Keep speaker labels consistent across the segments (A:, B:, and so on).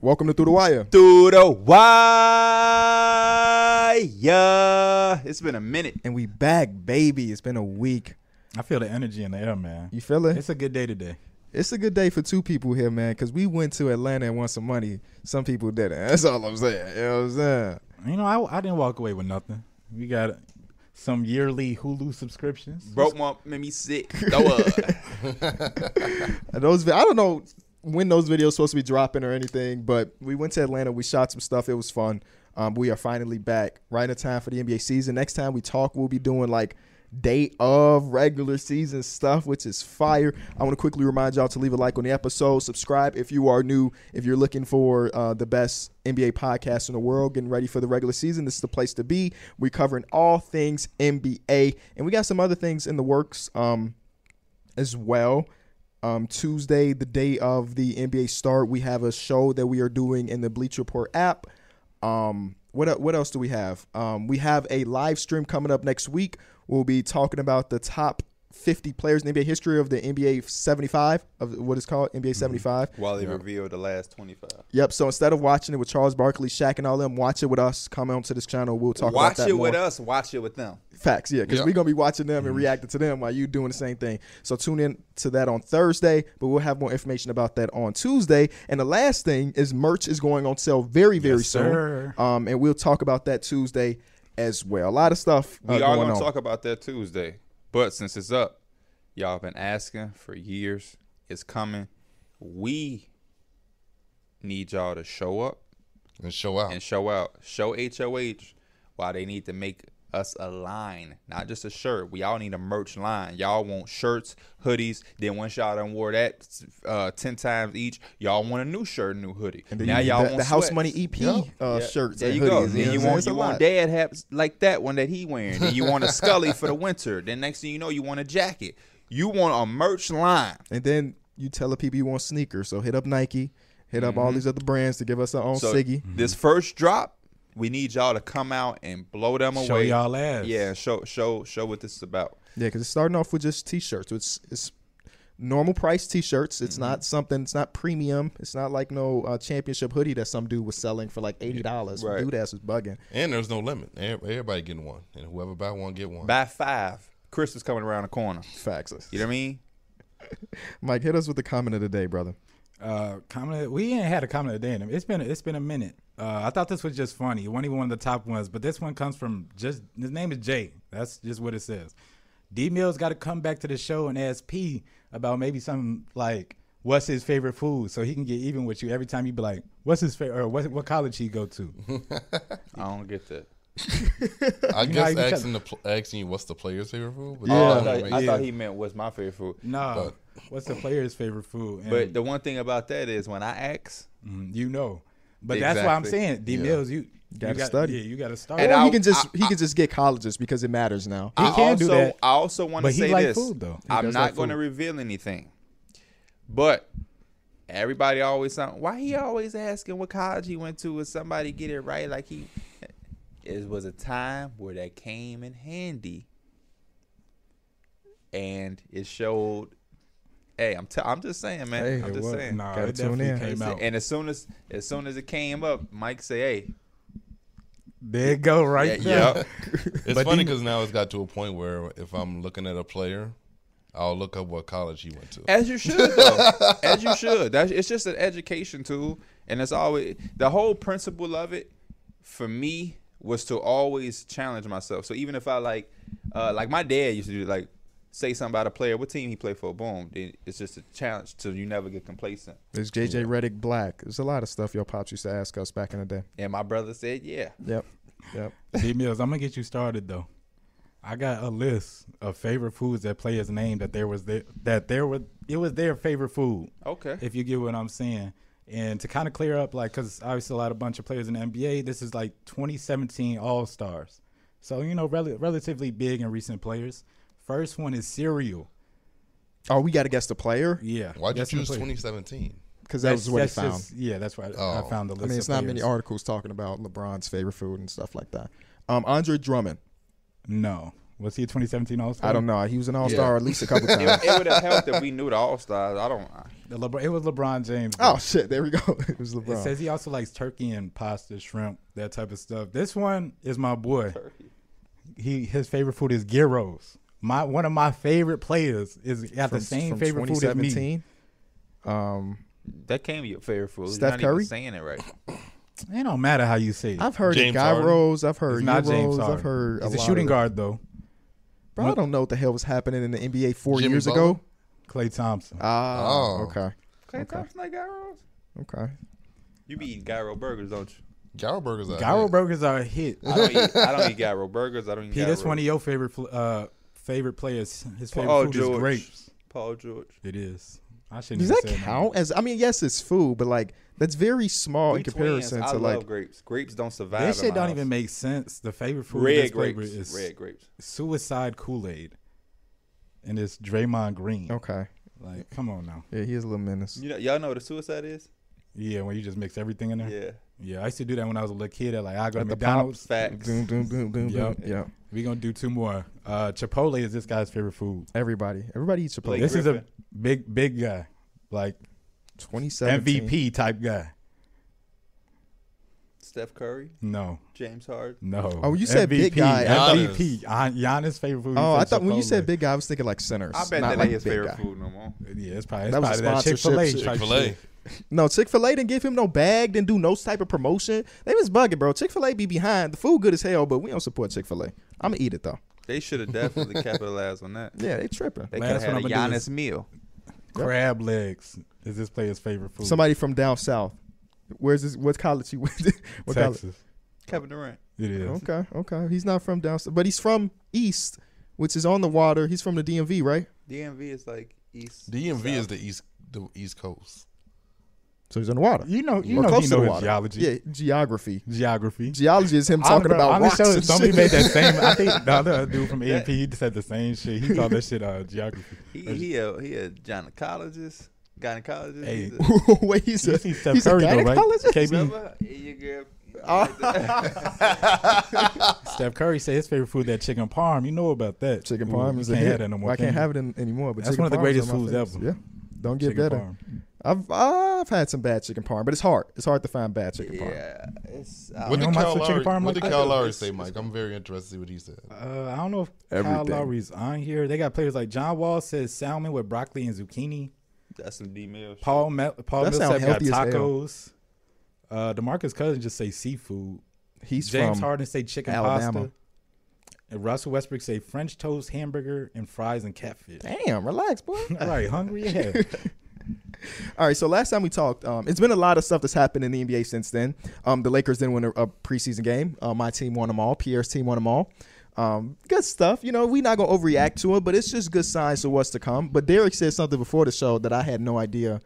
A: Welcome to Through the Wire.
B: Through the wire. It's been a minute.
A: And we back, baby. It's been a week.
C: I feel the energy in the air, man.
A: You feel it?
C: It's a good day today.
A: It's a good day for two people here, man, because we went to Atlanta and won some money. Some people didn't. That's all I'm saying. You know what I'm saying?
C: You know, I, I didn't walk away with nothing. We got some yearly Hulu subscriptions.
B: Broke my made me sick. Throw up.
A: And those, vi- I don't know when those videos supposed to be dropping or anything, but we went to Atlanta. We shot some stuff. It was fun. Um, we are finally back right in time for the NBA season. Next time we talk, we'll be doing like day of regular season stuff, which is fire. I want to quickly remind y'all to leave a like on the episode, subscribe if you are new, if you're looking for uh, the best NBA podcast in the world, getting ready for the regular season. This is the place to be. We're covering all things NBA, and we got some other things in the works. Um, as well. Um, Tuesday, the day of the NBA start, we have a show that we are doing in the Bleach Report app. Um, what el- what else do we have? Um, we have a live stream coming up next week. We'll be talking about the top 50 players in NBA history of the NBA 75 of what is called NBA
B: Mm-hmm.
A: 75.
B: While they revealed the last 25.
A: Yep. So instead of watching it with Charles Barkley, Shaq, and all them, watch it with us. Come onto this channel. We'll talk about
B: Watch
A: that
B: it with
A: more.
B: us. Watch it with them.
A: Facts, yeah, because
D: Yeah.
A: we're gonna be watching them
B: Mm-hmm.
A: and reacting to them while you doing the same thing. So tune in to that on Thursday, but we'll have more information about that on Tuesday. And the last thing is merch is going on sale very, very
C: Yes,
A: soon.
C: sir.
A: Um, and we'll talk about that Tuesday as well. A lot of stuff.
B: We
A: uh,
B: are
A: going
B: gonna
A: on.
B: talk about that Tuesday. But since it's up, y'all been asking for years. It's coming. We need y'all to show up
D: and show out.
B: and show out. Show HOH why they need to make us a line, not just a shirt. We all need a merch line. Y'all want shirts, hoodies. Then once y'all done wore that uh, ten times each, y'all want a new shirt, and new hoodie.
A: The-
B: now y'all
A: the,
B: want
A: the House
B: sweats.
A: Money EP uh, shirts.
B: There
A: and
B: you go.
A: hoodies,
B: Then
A: know what I'm
B: you
A: saying?
B: want
A: It's a
B: you want
A: lot.
B: dad hats like that one that he wearing. Then you want a Scully for the winter. Then next thing you know, you want a jacket. You want a merch line.
A: And then you tell the people you want sneakers. So hit up Nike, hit up all these other brands to give us our own
B: Mm-hmm. So
A: Siggy.
B: this first drop, we need y'all to come out and blow them
C: Show
B: away.
C: y'all ass.
B: Yeah, show show show what this is about.
A: Yeah, because it's starting off with just t-shirts. It's it's normal price t-shirts. It's not something. It's not premium. It's not like no uh, championship hoodie that some dude was selling for like eighty dollars.
B: Right.
A: Dude ass was bugging.
D: And there's no limit. Ev- Everybody getting one, and whoever buy one get one.
B: By five, Chris is coming around the corner.
A: Facts.
B: You know what I mean?
A: Mike, hit us with the comment of the day, brother.
C: Uh, comment. of- We ain't had a comment today. In a- it's been it's been a minute. Uh, I thought this was just funny. It wasn't even one of the top ones, but this one comes from just his name is Jay. That's just what it says. D Mills got to come back to the show and ask P about maybe something like what's his favorite food, so he can get even with you every time you be like, what's his favorite or what what college he go to.
B: I don't get that.
D: I
C: know
D: guess
C: you can-
D: asking the pl- asking you what's the player's favorite food. But
A: Yeah.
B: Oh, I,
D: that don't
B: thought,
D: make-
B: I thought
C: Yeah.
B: he meant what's my favorite food.
C: No, what's the player's favorite food? And-
B: But the one thing about that is when I ask,
C: Mm, you know. But that's why I'm
B: Exactly.
C: saying D Mills, you, you
A: Gotta
C: got-
A: study.
C: Yeah, you got to start.
B: And
A: or
B: I-
A: he can just
B: I-
A: he can just get colleges because it matters now.
C: He
B: I
C: can
B: also,
C: do that.
B: I also want to
C: But he
B: say
C: like
B: this.
C: food, though. He
B: I'm
C: does
B: not
C: like
B: going to
C: food.
B: reveal anything. But everybody always sound, why he always asking what college he went to? Is somebody get it right? Like he it was a time where that came in handy, and it showed. Hey, I'm t- I'm just saying, man.
A: Hey,
B: I'm
C: It
B: just
C: was-
B: saying.
C: Nah,
A: Gotta
C: it
A: tune
C: definitely
A: in.
C: came out.
B: And as soon as as soon as it came up, Mike say, "Hey,
C: There it go
B: yeah,
C: right there.
B: yeah.
D: It's
C: But
D: funny
C: do you-
D: because now it's got to a point where if I'm looking at a player, I'll look up what college he went to.
B: As you should, though. As you should. That's, it's just an education tool, and it's always the whole principle of it. For me, was to always challenge myself. So even if I like, uh, like my dad used to do, like say something about a player, what team he played for, boom. Then It's just a challenge till you never get complacent.
A: There's JJ Reddick Black. There's a lot of stuff your pops used to ask us back in the day.
B: And my brother said, "Yeah,
A: Yep. Yep.
C: D Mills, I'm gonna get you started though. I got a list of favorite foods that players named that there was there that there were it was their favorite food.
B: okay,
C: If you get what I'm saying. And to kind of clear up, like, because I still had a bunch of players in the NBA, this is like 2017 All Stars. So, you know, rel- relatively big and recent players. First one is cereal.
A: Oh, we got to guess the player
C: Yeah.
D: Why'd you
C: that's the
D: choose
C: player.
D: 2017?
A: because that was what he
C: that's
A: found.
C: just- yeah, that's why I,
D: Oh.
C: I found the
A: I
C: list.
A: mean,
C: of
A: it's not many
C: players.
A: articles talking about LeBron's favorite food and stuff like that. Um, Andre Drummond.
C: No, Was he a 2017 All Star?
A: I don't know. He was an All Star
D: Yeah.
A: at least a couple
B: It,
A: times.
B: it would have helped if we knew the All Stars. I don't. I-
C: The LeBron, it was LeBron James.
A: oh shit! There we go. it was
C: It
A: LeBron.
C: says he also likes turkey and pasta, shrimp, that type of stuff. This one is my boy. He his favorite food is gyros. My one of my favorite players is got the same favorite food as me.
A: 2017. Um,
B: That came your favorite food.
A: Steph
B: You're not
A: Curry?
B: even saying it right.
C: It don't matter how you say it.
A: I've heard
D: James Harden.
A: gyros. I've heard
C: It's not James
A: euros. I've
C: Harden.
A: heard
C: He's
A: a
C: a
A: lot
C: shooting
A: of-
C: guard though.
A: Bro, I don't know what the hell was happening in the NBA four
D: Jimmy
A: years
D: Butler?
A: ago.
C: Clay Thompson.
A: Ah,
D: Oh.
A: okay,
B: Clay Thompson like gyros.
A: okay.
B: You be eating gyro burgers, don't you?
D: Gyro burgers. out
C: Gyro
D: here.
C: burgers are a hit.
B: I don't eat. I don't eat gyro burgers. I don't eat.
C: P,
B: gyro.
C: that's one of your favorite fl- uh favorite players. His favorite
B: Paul
C: food
B: George.
C: is grapes.
B: Paul George.
C: It is. I shouldn't.
A: Does
C: even
A: that
C: say
A: count as? I mean, yes, it's food, but like that's very
C: Oh,
A: small
B: We
A: in
B: twins.
A: comparison
B: I
A: to
B: love
A: like.
B: grapes. Grapes don't survive.
C: That
B: in
C: shit
B: my
C: don't
B: house.
C: even make sense. The favorite food of this
B: red
C: flavor
B: grapes.
C: is
B: Red grapes.
C: Suicide Kool Aid, and it's Draymond Green.
A: Okay,
C: Like, come on now.
A: yeah, he is a little menace.
B: You know, y'all know what a suicide is?
C: Yeah, when you just mix everything in there. Yeah,
B: Yeah.
C: I used to do that when I was a little kid. At like, I mm. go to
A: At the
C: McDonald's.
B: Facts.
A: Doom, doom, doom, doom,
C: Yup.
A: doom. Yeah,
C: We gonna do two more. Uh, Chipotle is this guy's favorite food.
A: everybody, everybody eats Chipotle.
B: Blake
C: this is
B: Griffin.
C: a big, big guy, like
A: 2017.
C: MVP type guy.
B: Steph Curry,
C: No,
B: James Harden.
C: no.
A: Oh, you said big guy.
D: I thought-
C: MVP. Gian- Giannis' favorite food.
A: Oh,
C: You
A: I
C: said
A: thought when you
C: Chipotle.
A: said big guy, I was thinking like centers.
B: I bet
A: not
B: that
A: like
B: ain't his
A: big
B: favorite
A: guy.
B: food no more.
C: yeah, it's probably, it's
A: That was
C: probably
A: a
C: that Chick
A: sponsorship
C: Fil A.
A: shit.
D: Chick Fil A.
A: No, Chick Fil A didn't give him no bag, didn't do no type of promotion. They was bugging, bro. Chick Fil A be behind. The food good as hell, but we don't support Chick Fil A. I'm gonna eat it though.
B: They should have definitely capitalized on that.
A: Yeah, they tripping.
B: They
C: Last
B: could have had a
C: one I'ma do is-
B: Giannis meal.
C: Crab legs is this player's favorite food.
A: Somebody from down south. Where's this? What college you went? to? what college?
C: Texas.
B: Kevin Durant.
C: It is.
A: Okay, okay. He's not from down south, but he's from east, which is on the water. He's from the DMV, right?
B: DMV is like east.
D: DMV
B: south.
D: is the east the East Coast.
A: So he's on the water.
C: You know, you
A: Or
C: know,
A: close
C: he
A: to the
C: knows
A: water.
C: geology.
A: Yeah, geography.
C: Geography.
A: Geology is him talking
C: I'm-
A: about
C: I'm
A: rocks.
C: sure
A: and
C: somebody
A: shit.
C: made that same. I think the other dude from AMP he said the same shit. He called that shit uh, geography.
B: He he a he a gynecologist. Gynecologist.
C: Hey.
B: He's a-
A: Wait, he's
C: You
A: a,
C: see Steph
A: he's a
C: Curry though, right?
A: gynecologist?
C: KB.
B: Remember? Yeah, your girl.
C: Steph Curry said his favorite food that chicken parm. You know about that?
A: Chicken
C: Ooh,
A: parm
C: you
A: is a
C: can't
A: hit.
C: have that no more.
A: I can't
C: can you?
A: have it in, anymore. But
C: That's
A: chicken
C: one of the
A: parm is
C: greatest
A: my
C: foods
A: favorites.
C: ever.
A: Yeah, don't get
C: Chicken
A: better.
C: parm.
A: I've I've had some bad chicken parm, but it's hard. It's hard to find bad chicken parm.
B: yeah, it's. I
C: Uh,
D: What
C: you
D: did
C: don't mess
D: Kyle
C: with
D: Lowry,
C: chicken parm like
D: what did
C: that?
D: Kyle Lowry say, Mike? I'm very interested to see what he said.
C: Uh, I don't know if Kyle
A: Everything.
C: Lowry's on here. They got players like John Wall says salmon with broccoli and zucchini.
B: that's some D meal. shit.
C: Paul Mel Paul
A: That sound
C: Millsap got
A: healthy as hell.
C: tacos. Uh, Demarcus Cousins just say seafood.
A: He's
C: James
A: from
C: Harden say chicken
A: Alabama.
C: pasta. And Russell Westbrook say French toast, hamburger, and fries and catfish.
A: Damn, relax, boy.
C: right, hungry as hell.
A: All right, so last time we talked, um, it's been a lot of stuff that's happened in the NBA since then. Um, the Lakers didn't win a, a preseason game. Uh, my team won them all. Pierre's team won them all. Um, good stuff. You know, we're not gonna overreact to it, but it's just good signs of what's to come. But Derek said something before the show that I had no idea.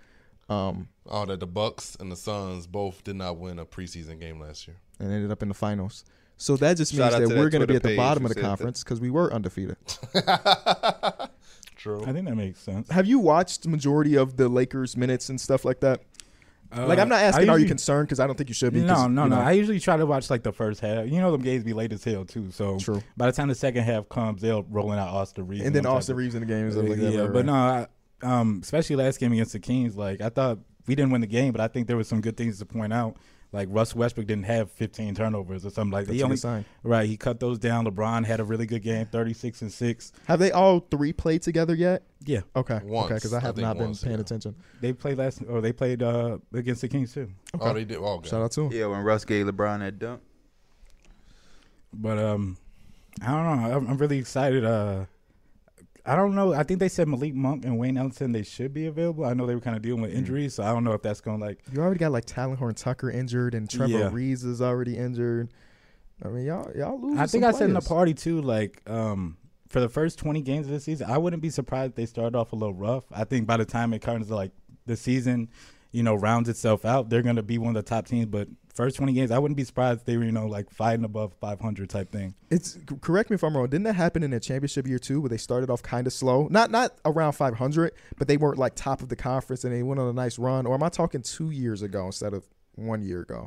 A: Um,
D: Oh, that the Bucks and the Suns both did not win a preseason game last year.
A: and ended up in the finals. So that just means
B: Shout out
A: that
B: to that
A: we're going to be
B: Twitter
A: at the
B: page
A: bottom
B: who
A: of the
B: said that.
A: conference because we were undefeated.
D: True.
C: I think that makes sense.
A: Have you watched the majority of the Lakers minutes and stuff like that? like I'm not
C: Uh, I
A: asking, are you
C: usually-
A: concerned? Because I don't think you should be. 'cause,
C: No, no,
A: you
C: no.
A: know,
C: I usually try to watch like the first half. You know, them games be late as hell too. So
A: True.
C: by the time the second half comes, they'll rolling out Austin Reeves.
A: and then
C: them type
A: Austin
C: of-
A: Reeves in the game is like
C: yeah,
A: that. right, right.
C: but no, I, um, especially last game against the Kings. Like I thought we didn't win the game, but I think there was some good things to point out. Like Russ Westbrook didn't have 15 turnovers or something like that.
A: That's
C: He
A: a
C: only
A: good sign.
C: right. He cut those down. LeBron had a really good game, 36 and six.
A: Have they all three played together yet?
C: Yeah,
A: Okay,
D: Once.
A: okay, because I
D: I
A: have
D: think
A: not been
D: once,
A: paying
D: yeah.
A: attention.
C: they played last or they played uh against the Kings too.
D: Oh, they did. Oh, okay.
A: Shout out to him.
B: Yeah, when Russ gave LeBron that dunk.
C: But um, I don't know. I'm, I'm really excited. Uh, I don't know. I think they said Malik Monk and Wayne Ellington they should be available. I know they were kind of dealing with injuries, so I don't know if that's going to like.
A: You already got like Talon Horn Tucker injured, and Trevor
C: Yeah.
A: Reeves is already injured. I mean, y'all, y'all lose.
C: I think I said in the party too, like um, for the first 20 games of the season, I wouldn't be surprised if they started off a little rough. I think by the time it comes to like the season, you know, rounds itself out, they're going to be one of the top teams. But first 20 games, I wouldn't be surprised if they were you know like fighting above 500 type thing.
A: It's c- correct me if I'm wrong. Didn't that happen in their championship year too, where they started off kind of slow? Not not around 500, but they weren't like top of the conference, and they went on a nice run. Or am I talking two years ago instead of one year ago?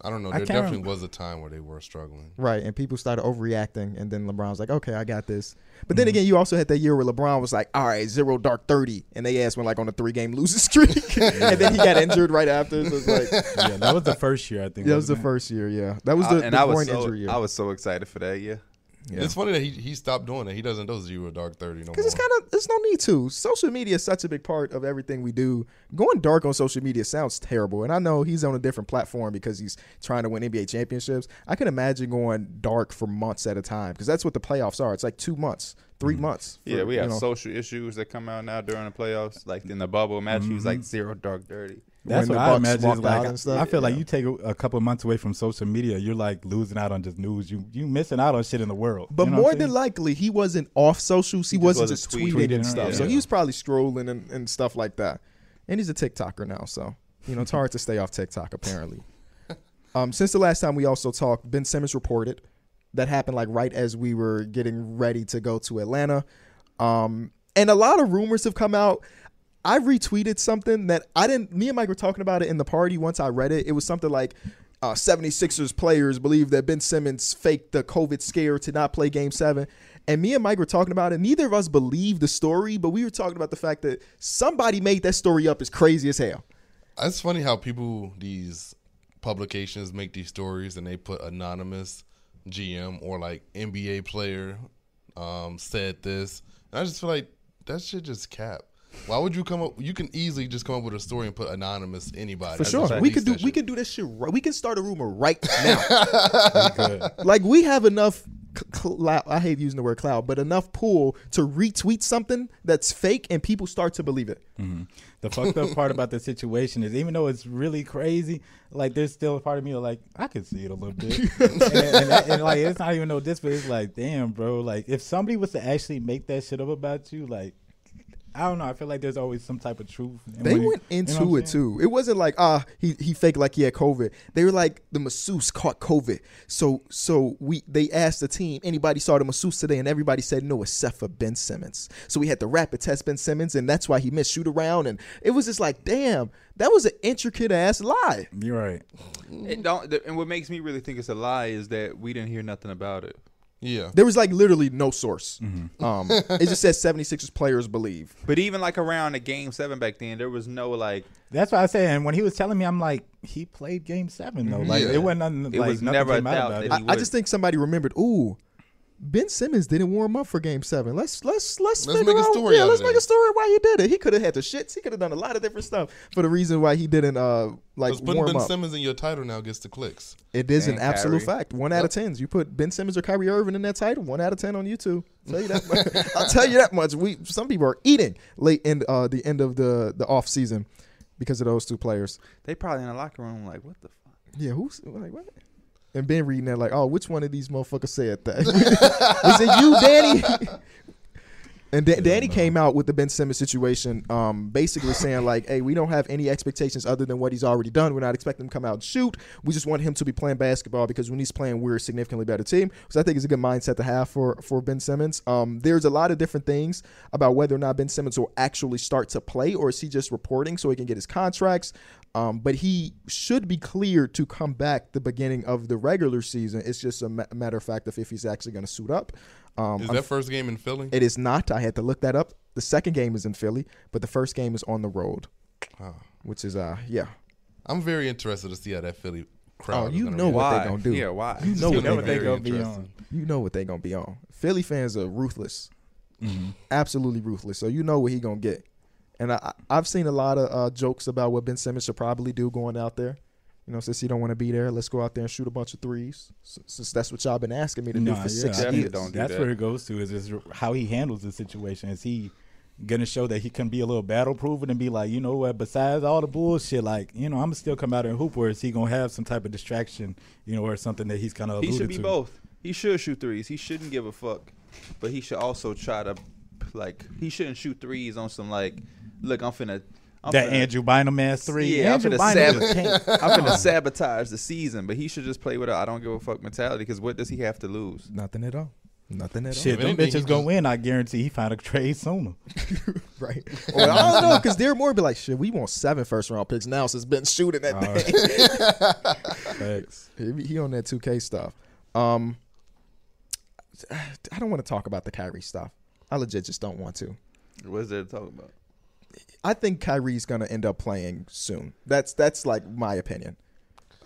D: I don't know.
C: I
D: There
C: can't
D: definitely
C: remember.
D: was a time where they were struggling.
A: Right, and people started overreacting, and then LeBron was like, "Okay, I got this." But then again, you also had that year where LeBron was like, "All right, zero dark 30. and they asked went like on a three-game losing streak, and then he got injured right after. So it's like that
C: Yeah, that was the first year I think.
A: was the
C: wasn't it?
A: first year. Yeah, that was the,
B: I,
A: the
B: and I was
A: groin
B: so
A: injury year.
B: I was so excited for that year.
D: It's funny that he, he stopped doing it. He doesn't do zero dark thirty no more.
A: Because it's kind of there's no need to. Social media is such a big part of everything we do. Going dark on social media sounds terrible, and I know he's on a different platform because he's trying to win NBA championships. I can imagine going dark for months at a time because that's what the playoffs are. It's like two months, 3 months. for,
B: Yeah, we
A: you
B: have
A: know.
B: social issues that come out now during the playoffs. Like in the bubble match, he was like
A: Mm-hmm.
B: zero dark dirty.
C: That's
A: when
C: what
A: the
C: I
A: Bucks
C: imagine.
A: walked
C: is Like,
A: out and stuff.
C: I feel like
A: Yeah.
C: you take a, a couple months away from social media, you're like losing out on just news. You you missing out on shit in the world.
A: But
C: You know what
A: more
C: I'm
A: than
C: saying?
A: likely, he wasn't off socials. He, wasn't
B: wasn't
A: just
B: tweeting.
A: tweeting,
C: Tweeting,
A: and stuff.
B: yeah.
A: So he was probably scrolling and, and stuff like that. And he's a TikToker now, so you know it's hard to stay off TikTok apparently. Um, since the last time we also talked, Ben Simmons reported that happened like right as we were getting ready to go to Atlanta, um, and a lot of rumors have come out. I retweeted something that I didn't. Me and Mike were talking about it in the party. Once I read it, it was something like uh, 76ers players believe that Ben Simmons faked the COVID scare to not play game seven. And me and Mike were talking about it. Neither of us believed the story, but we were talking about the fact that somebody made that story up is crazy as hell.
D: It's funny how people these publications make these stories and they put anonymous GM or like NBA player um, said this. And I just feel like that shit just cap. Why would you come up? You can easily just come up with a story and put anonymous anybody.
A: For sure,
B: fact.
A: we could do
D: That
A: we
D: shit.
A: could do this shit. Right, we can start a rumor right now.
C: Good.
A: like we have enough. c- Cloud, I hate using the word cloud, but enough pull to retweet something that's fake and people start to believe it.
C: The fucked up part about the situation is, even though it's really crazy, like there's still a part of me like I can see it a little bit, and, and, that- and, like it's not even no this, but it's like, damn, bro, like if somebody was to actually make that shit up about you, like I don't know, I feel like there's always some type of truth. in
A: They
C: what you-
A: went
C: you know
A: into
C: what I'm
A: it
C: saying?
A: too. It wasn't like ah he he faked like he had COVID. They were like the masseuse caught COVID. So so we they asked the team anybody saw the masseuse today and everybody said no except for Ben Simmons. So we had to rapid test Ben Simmons and that's why he missed shoot around and it was just like damn that was an intricate ass lie.
C: You're right.
B: It don't. th- And what makes me really think it's a lie is that we didn't hear nothing about it.
D: Yeah.
A: There was like literally no source.
D: Mm-hmm.
A: Um, it just says 76ers players believe.
B: But even like around the game seven back then, there was no like.
C: That's why I say, and when he was telling me, I'm like, he played Game Seven though. Like
D: Yeah.
C: it wasn't nothing.
B: It
C: like,
B: was
C: nothing
B: never a
C: came out
B: doubt
C: about
B: that
C: it.
B: he
A: I, I just think somebody remembered. Ooh, Ben Simmons didn't warm up for Game Seven. Let's let's let's,
D: Let's
A: figure
D: make a
A: out-
D: story
A: Yeah,
D: out of
A: let's make a
D: this.
A: story why he did it. He could have had the shits. He could have done a lot of different stuff for the reason why he didn't uh like
D: Because putting
A: warm
D: Ben
A: up.
D: Simmons in your title now gets the clicks.
A: it is an
B: And
A: absolute
B: Kyrie.
A: fact. One out of tens. You put Ben Simmons or Kyrie Irving in that title. One out of ten on YouTube. Tell you that much. I'll tell you that much. We some people are eating late in uh, the end of the the off season because of those two players.
B: They probably in the locker room like, what the fuck?
A: Yeah, who's like what? And Ben reading that like, oh, which one of these motherfuckers said that? Is it you, Danny? and Da- Danny came out with the Ben Simmons situation, um, basically saying like, hey, we don't have any expectations other than what he's already done. We're not expecting him to come out and shoot. We just want him to be playing basketball because when he's playing, we're a significantly better team. So I think it's a good mindset to have for for Ben Simmons. Um, there's a lot of different things about whether or not Ben Simmons will actually start to play or is he just reporting so he can get his contracts. Um, but he should be cleared to come back the beginning of the regular season. It's just a ma- matter of fact of if he's actually going to suit up. Um,
D: Is that first game in Philly?
A: it is not. I had to look that up. The second game is in Philly, but the first game is on the road,
D: Oh.
A: which is uh yeah.
D: I'm very interested to see how that Philly crowd.
A: Oh,
D: is
A: you
D: gonna
A: know
D: react.
A: what they
B: Why?
A: gonna do.
B: Yeah, why?
A: You know
D: It's
A: what they
D: gonna be
A: gonna
D: very
C: gonna be
D: interesting.
C: on.
A: You know what they gonna be on. Philly fans are ruthless,
C: Mm-hmm.
A: absolutely ruthless. So you know what he gonna get. And I, I- I've seen a lot of uh, jokes about what Ben Simmons should probably do going out there. You know, since he don't want to be there, let's go out there and shoot a bunch of threes. S- Since that's what y'all been asking me to do
C: Nah,
A: for
C: yeah,
A: six
C: I think
B: definitely
A: years.
B: don't do
C: that's
B: that.
C: where it goes to is, is how he handles the situation. Is he gonna show that he can be a little battle proven and be like, you know what? Besides all the bullshit, like you know, I'm gonna still come out and hoop, or is he gonna have some type of distraction, you know, or something that he's kind of
B: He
C: alluded
B: should be
C: to?
B: both. He should shoot threes. He shouldn't give a fuck, but he should also try to like. He shouldn't shoot threes on some like. Look, I'm finna. I'm
C: That
B: finna,
C: Andrew Bynum ass three.
B: Yeah, I'm
C: Andrew
B: finna
C: Bynum just
B: savage.
C: can't-
B: I'm finna sabotage the season, but he should just play with a I don't give a fuck mentality. Because what does he have to lose?
A: Nothing at all. Nothing at
C: Shit,
D: If
C: them
D: anything,
C: bitches
D: he
C: gonna
D: just-
C: win. I guarantee he find a trade sooner.
A: all. Right. Well, I don't know because Darren Moore be like, shit, we want seven first round picks now since Ben's shooting that thing.
C: Thanks.
A: He, he on that 2K stuff. Um, I don't want to talk about the Kyrie stuff. I legit just don't want to.
B: What's there to talk about?
A: I think Kyrie's gonna end up playing soon. That's that's like my opinion.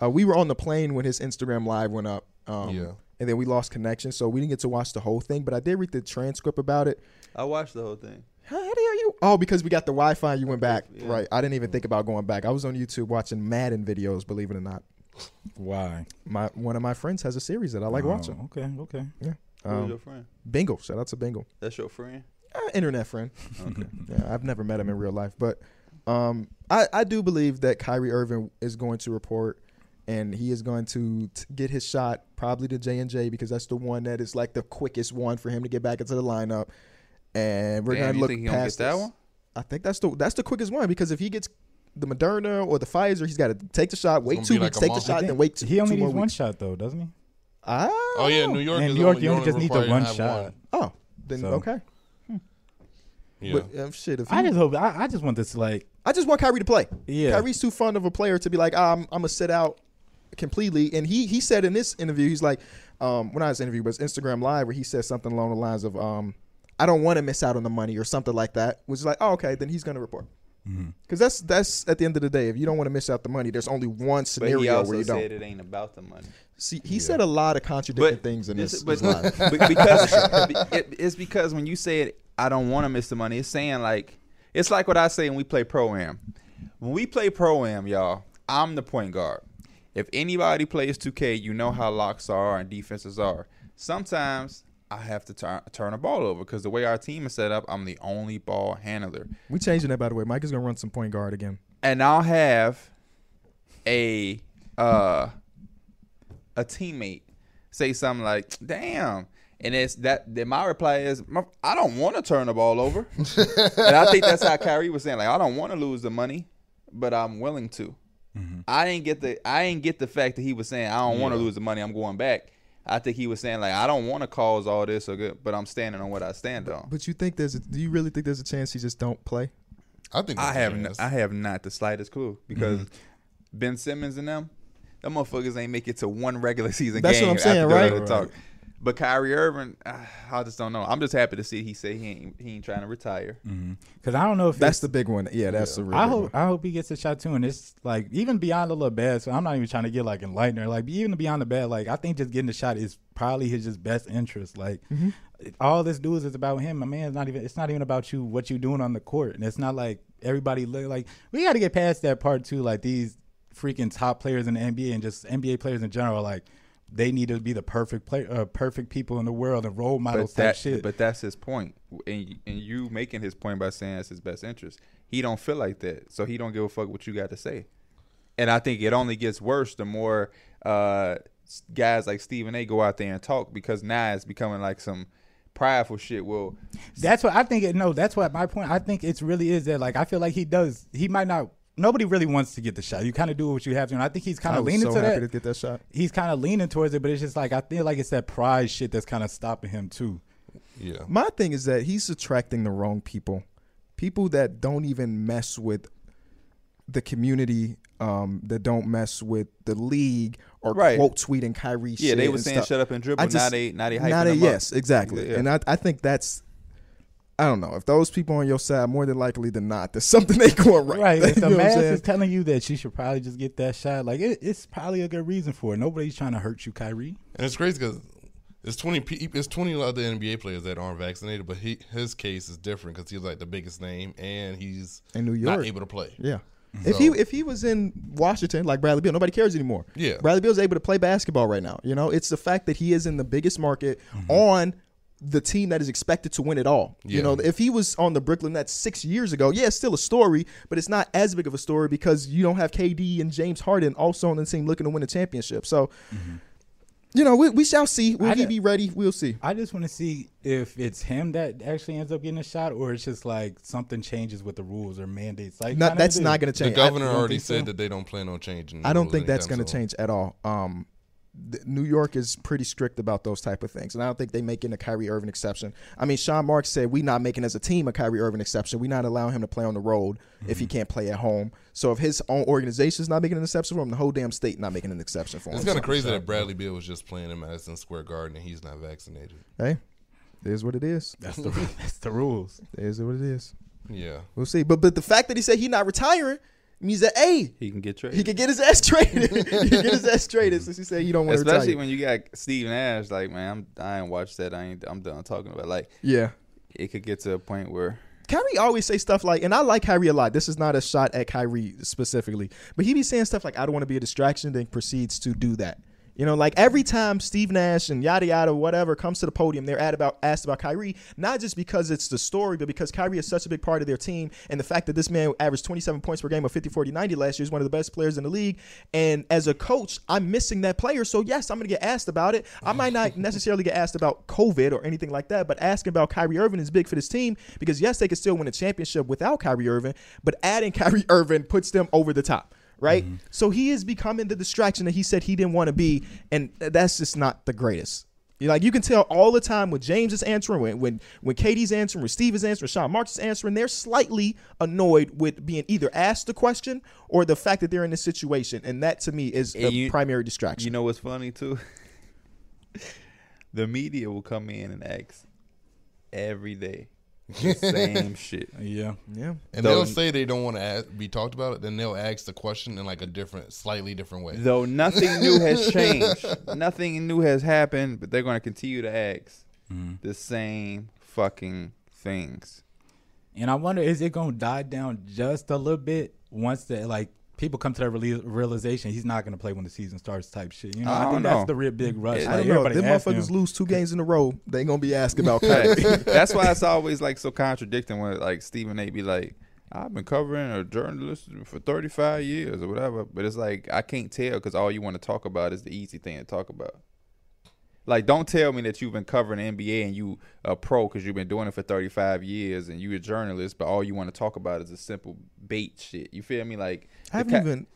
A: Uh, we were on the plane when his Instagram live went up. Um,
D: Yeah.
A: And then we lost connection, so we didn't get to watch the whole thing. But I did read the transcript about it.
B: I watched the whole thing.
A: How the hell you? Oh, because we got the Wi-Fi. You went back,
B: Yeah.
A: right? I didn't even think about going back. I was on YouTube watching Madden videos. Believe it or not,
C: Why?
A: my one of my friends has a series that I like
C: Oh,
A: watching.
C: Okay, okay.
B: Who's
A: Um,
B: your friend?
A: Bingo, shout out to Bingo.
B: That's your friend.
A: uh, internet friend.
B: Okay.
A: Yeah, I've never met him in real life, but um, I, I do believe that Kyrie Irving is going to report, and he is going to t- get his shot probably to J and J because that's the one that is like the quickest one for him to get back into the lineup. And we're
B: Damn,
A: gonna
B: you
A: look
B: think he gonna
A: past
B: get that
A: this.
B: one?
A: I think that's the that's the quickest one because if he gets the Moderna or the Pfizer, he's got to take the shot, wait
D: gonna
A: two
D: be like
A: weeks,
D: a
A: take the
D: month.
A: shot, then wait. Two,
C: He only
A: two more
C: needs one
A: weeks.
C: shot though, doesn't he?
A: I
D: Oh yeah,
A: don't
D: New
A: know.
D: York.
C: And
D: is
C: New York,
D: only,
C: you only just need the
D: required to
C: one
D: have
C: shot.
A: Oh, then
C: So-
A: okay.
D: Yeah.
A: But, uh, shit, if he,
C: I just hope. I, I just want this like.
A: I just want Kyrie to play.
C: Yeah.
A: Kyrie's too fond of a player to be like, ah, I'm, I'm gonna sit out completely. And he he said in this interview, he's like, um, when I was interviewed, but it's Instagram Live where he said something along the lines of, um, I don't want to miss out on the money or something like that. Which is like, oh, okay, then he's gonna report. Because that's that's at the end of the day, if you don't want to miss out the money, there's only one
B: But he
A: scenario
B: also
A: where you
B: said
A: don't.
B: it ain't about the money.
A: See, he said a lot of contradicting
B: But
A: things in this.
B: this- but-
A: his live.
B: Be- because it, it's because when you say it, I don't want to miss the money. It's saying like it's like what I say when we play pro am. When we play pro am, y'all, I'm the point guard. If anybody plays 2K, you know how locks are and defenses are. Sometimes I have to turn turn a ball over because the way our team is set up, I'm the only ball handler,
A: we changing that by the way. Mike is gonna run some point guard again.
B: and I'll have a uh a teammate say something like, "Damn." And it's that. Then my reply is, "My- "I don't want to turn the ball over," and I think that's how Kyrie was saying, like, "I don't want to lose the money, but I'm willing to." I didn't get the. I didn't get the fact that he was saying, "I don't want to lose the money. I'm going back." I think he was saying, like, "I don't want to cause all this or good, but I'm standing on what I stand on."
A: But you think there's? A, do you really think there's a chance he just don't play?
D: I think
B: I
D: that's
B: have
D: a
B: n-
D: chance.
B: I have not the slightest clue because Ben Simmons and them, them motherfuckers ain't make it to one regular season
A: That's what
B: game.
A: I'm saying,
B: after
A: right?
B: the Talk. But Kyrie Irving, ah, I just don't know. I'm just happy to see he say he ain't he ain't trying to retire.
C: Because I don't know if
A: That's
C: it's-
A: the big one. Yeah, that's the real.
C: I
A: big one.
C: hope I hope he gets a shot too, and it's like even beyond a little bad. So I'm not even trying to get like enlightened, or, like even beyond the bad. Like I think just getting a shot is probably his just best interest. Like
B: Mm-hmm.
C: all this dudes is about him. My man's not even. It's not even about you what you doing on the court, and it's not like everybody look like we got to get past that part too. Like these freaking top players in the NBA and just NBA players in general, like. They need to be the perfect play, uh, perfect people in the world and role models
B: But
C: type
B: that,
C: shit.
B: but that's his point, and y- and you making his point by saying it's his best interest. He don't feel like that, so he don't give a fuck what you got to say. And I think it only gets worse the more uh, s- guys like Stephen A. go out there and talk because now it's becoming like some prideful shit. Well,
C: That's what I think. It, no, that's what my point. I think it's really is that like I feel like he does. He might not. Nobody really wants to get the shot. You kind of do what you have to. And I think he's kind
A: I
C: of
A: was
C: leaning
A: so
C: to
A: happy
C: that.
A: to get that shot.
C: he's kind of leaning towards it, but it's just like I feel like it's that pride shit that's kind of stopping him too.
D: Yeah.
A: My thing is that he's attracting the wrong people, people that don't even mess with the community, um, that don't mess with the league or
B: Right.
A: quote tweeting Kyrie.
B: yeah,
A: shit
B: they
A: and
B: were saying
A: stuff.
B: shut up and dribble.
A: I just-
B: now they now they hyping
A: Not a
B: them
A: yes,
B: up.
A: exactly.
B: Yeah.
A: And I, I think that's. I don't know if those people on your side more than likely than not, there's something they going right.
C: Right. If
A: You
C: the
A: know what I'm
C: mass
A: saying?
C: is telling you that you should probably just get that shot, like it, it's probably a good reason for it. Nobody's trying to hurt you, Kyrie.
D: And it's crazy because it's twenty. pe- It's twenty other NBA players that aren't vaccinated, but he his case is different because he's like the biggest name, and he's
A: In New
D: not
A: York.
D: able to play.
A: Yeah.
D: Mm-hmm.
A: If he if he was in Washington like Bradley Beal, nobody cares anymore.
D: Yeah.
A: Bradley Beal's able to play basketball right now. You know, it's the fact that he is in the biggest market on the team that is expected to win it all. You
D: Mm-hmm. Yeah.
A: know, if he was on the Brooklyn Nets six years ago, yeah, it's still a story, but it's not as big of a story because you don't have KD and James Harden also on the team looking to win a championship. So,
D: Mm-hmm.
A: you know, we, we shall see. Will
C: I
A: he
C: don't-
A: be ready? We'll see.
C: I just want to see if it's him that actually ends up getting a shot, or it's just like something changes with the rules or mandates. Like
A: Not,
C: kinda
A: that's
C: do.
A: not going to
D: The
A: change. I-
D: governor
C: don't
D: already
C: think so.
D: said that they don't plan on changing.
A: I don't
D: rules
A: think that's
D: anytime
A: going to
D: soon.
A: change at all. Um, th- New York is pretty strict about those type of things, and I don't think they making a Kyrie Irving exception. I mean, Sean Marks said we not making as a team a Kyrie Irving exception. We not allowing him to play on the road if he
B: Mm-hmm.
A: can't play at home. So if his own organization is not making an exception for him, the whole damn state not making an exception for him.
D: It's kind of crazy that Bradley Beal was just playing in Madison Square Garden and he's not vaccinated.
A: hey, it is what it is.
C: That's the that's the rules.
A: It is what it is.
D: Yeah.
A: We'll see. But but the fact that he said he not retiring means that a
B: He can get traded.
A: he could get his ass traded. he could get his ass traded since he said you don't want to
B: Especially
A: retire.
B: when you got Steve Nash, like man, I'm, I ain't watched that. I ain't. I'm done talking about. it. Like
A: yeah.
B: it could get to a point where
A: Kyrie always say stuff like, and I like Kyrie a lot. This is not a shot at Kyrie specifically, but he be saying stuff like, "I don't want to be a distraction," then proceeds to do that. You know, like every time Steve Nash and yada yada whatever comes to the podium, they're at about asked about Kyrie, not just because it's the story, but because Kyrie is such a big part of their team, and the fact that this man averaged 27 points per game of 50, 40, 90 last year is one of the best players in the league. And as a coach, I'm missing that player, so yes, I'm gonna get asked about it. I might not necessarily get asked about COVID or anything like that, but asking about Kyrie Irving is big for this team because yes, they could still win a championship without Kyrie Irving, but adding Kyrie Irving puts them over the top, right?
B: Mm-hmm.
A: So he is becoming the distraction that he said he didn't want to be, and that's just not the greatest. You- Like you can tell all the time when James is answering, when when when Katie's answering, when Steve is answering, Sean Marks is answering, they're slightly annoyed with being either asked the question or the fact that they're in this situation, and that to me is
B: And
A: the
B: you-
A: primary distraction.
B: You know what's funny too? the media will come in and ask every day the same shit.
C: Yeah.
A: yeah,
D: And
B: Though-
D: they'll say they don't want to be talked about it, then they'll ask the question in like a different, slightly different way.
B: Though nothing new has changed, nothing new has happened, but they're going to continue to ask the same fucking things.
C: And I wonder, is it gonna die down just a little bit once that like people come to that reali- realization he's not gonna play when the season starts type shit. You know,
B: I
C: I,
B: don't
C: think
B: know.
C: that's the real big rush.
B: I
A: I
C: Like,
A: don't know.
C: everybody
A: Them
C: asking
A: motherfuckers
C: him.
A: lose two games in a row, they ain't gonna be asking about Kyrie.
B: Facts. That's why it's always like so contradicting when like Stephen A. be like, I've been covering a journalist for 35 years or whatever, but it's like I can't tell because all you want to talk about is the easy thing to talk about. Like, don't tell me that you've been covering the NBA and you a pro because you've been doing it for 35 years and you a journalist, but all you want to talk about is the simple bait shit. You feel me? Like,
A: I haven't
B: the Ky-
A: even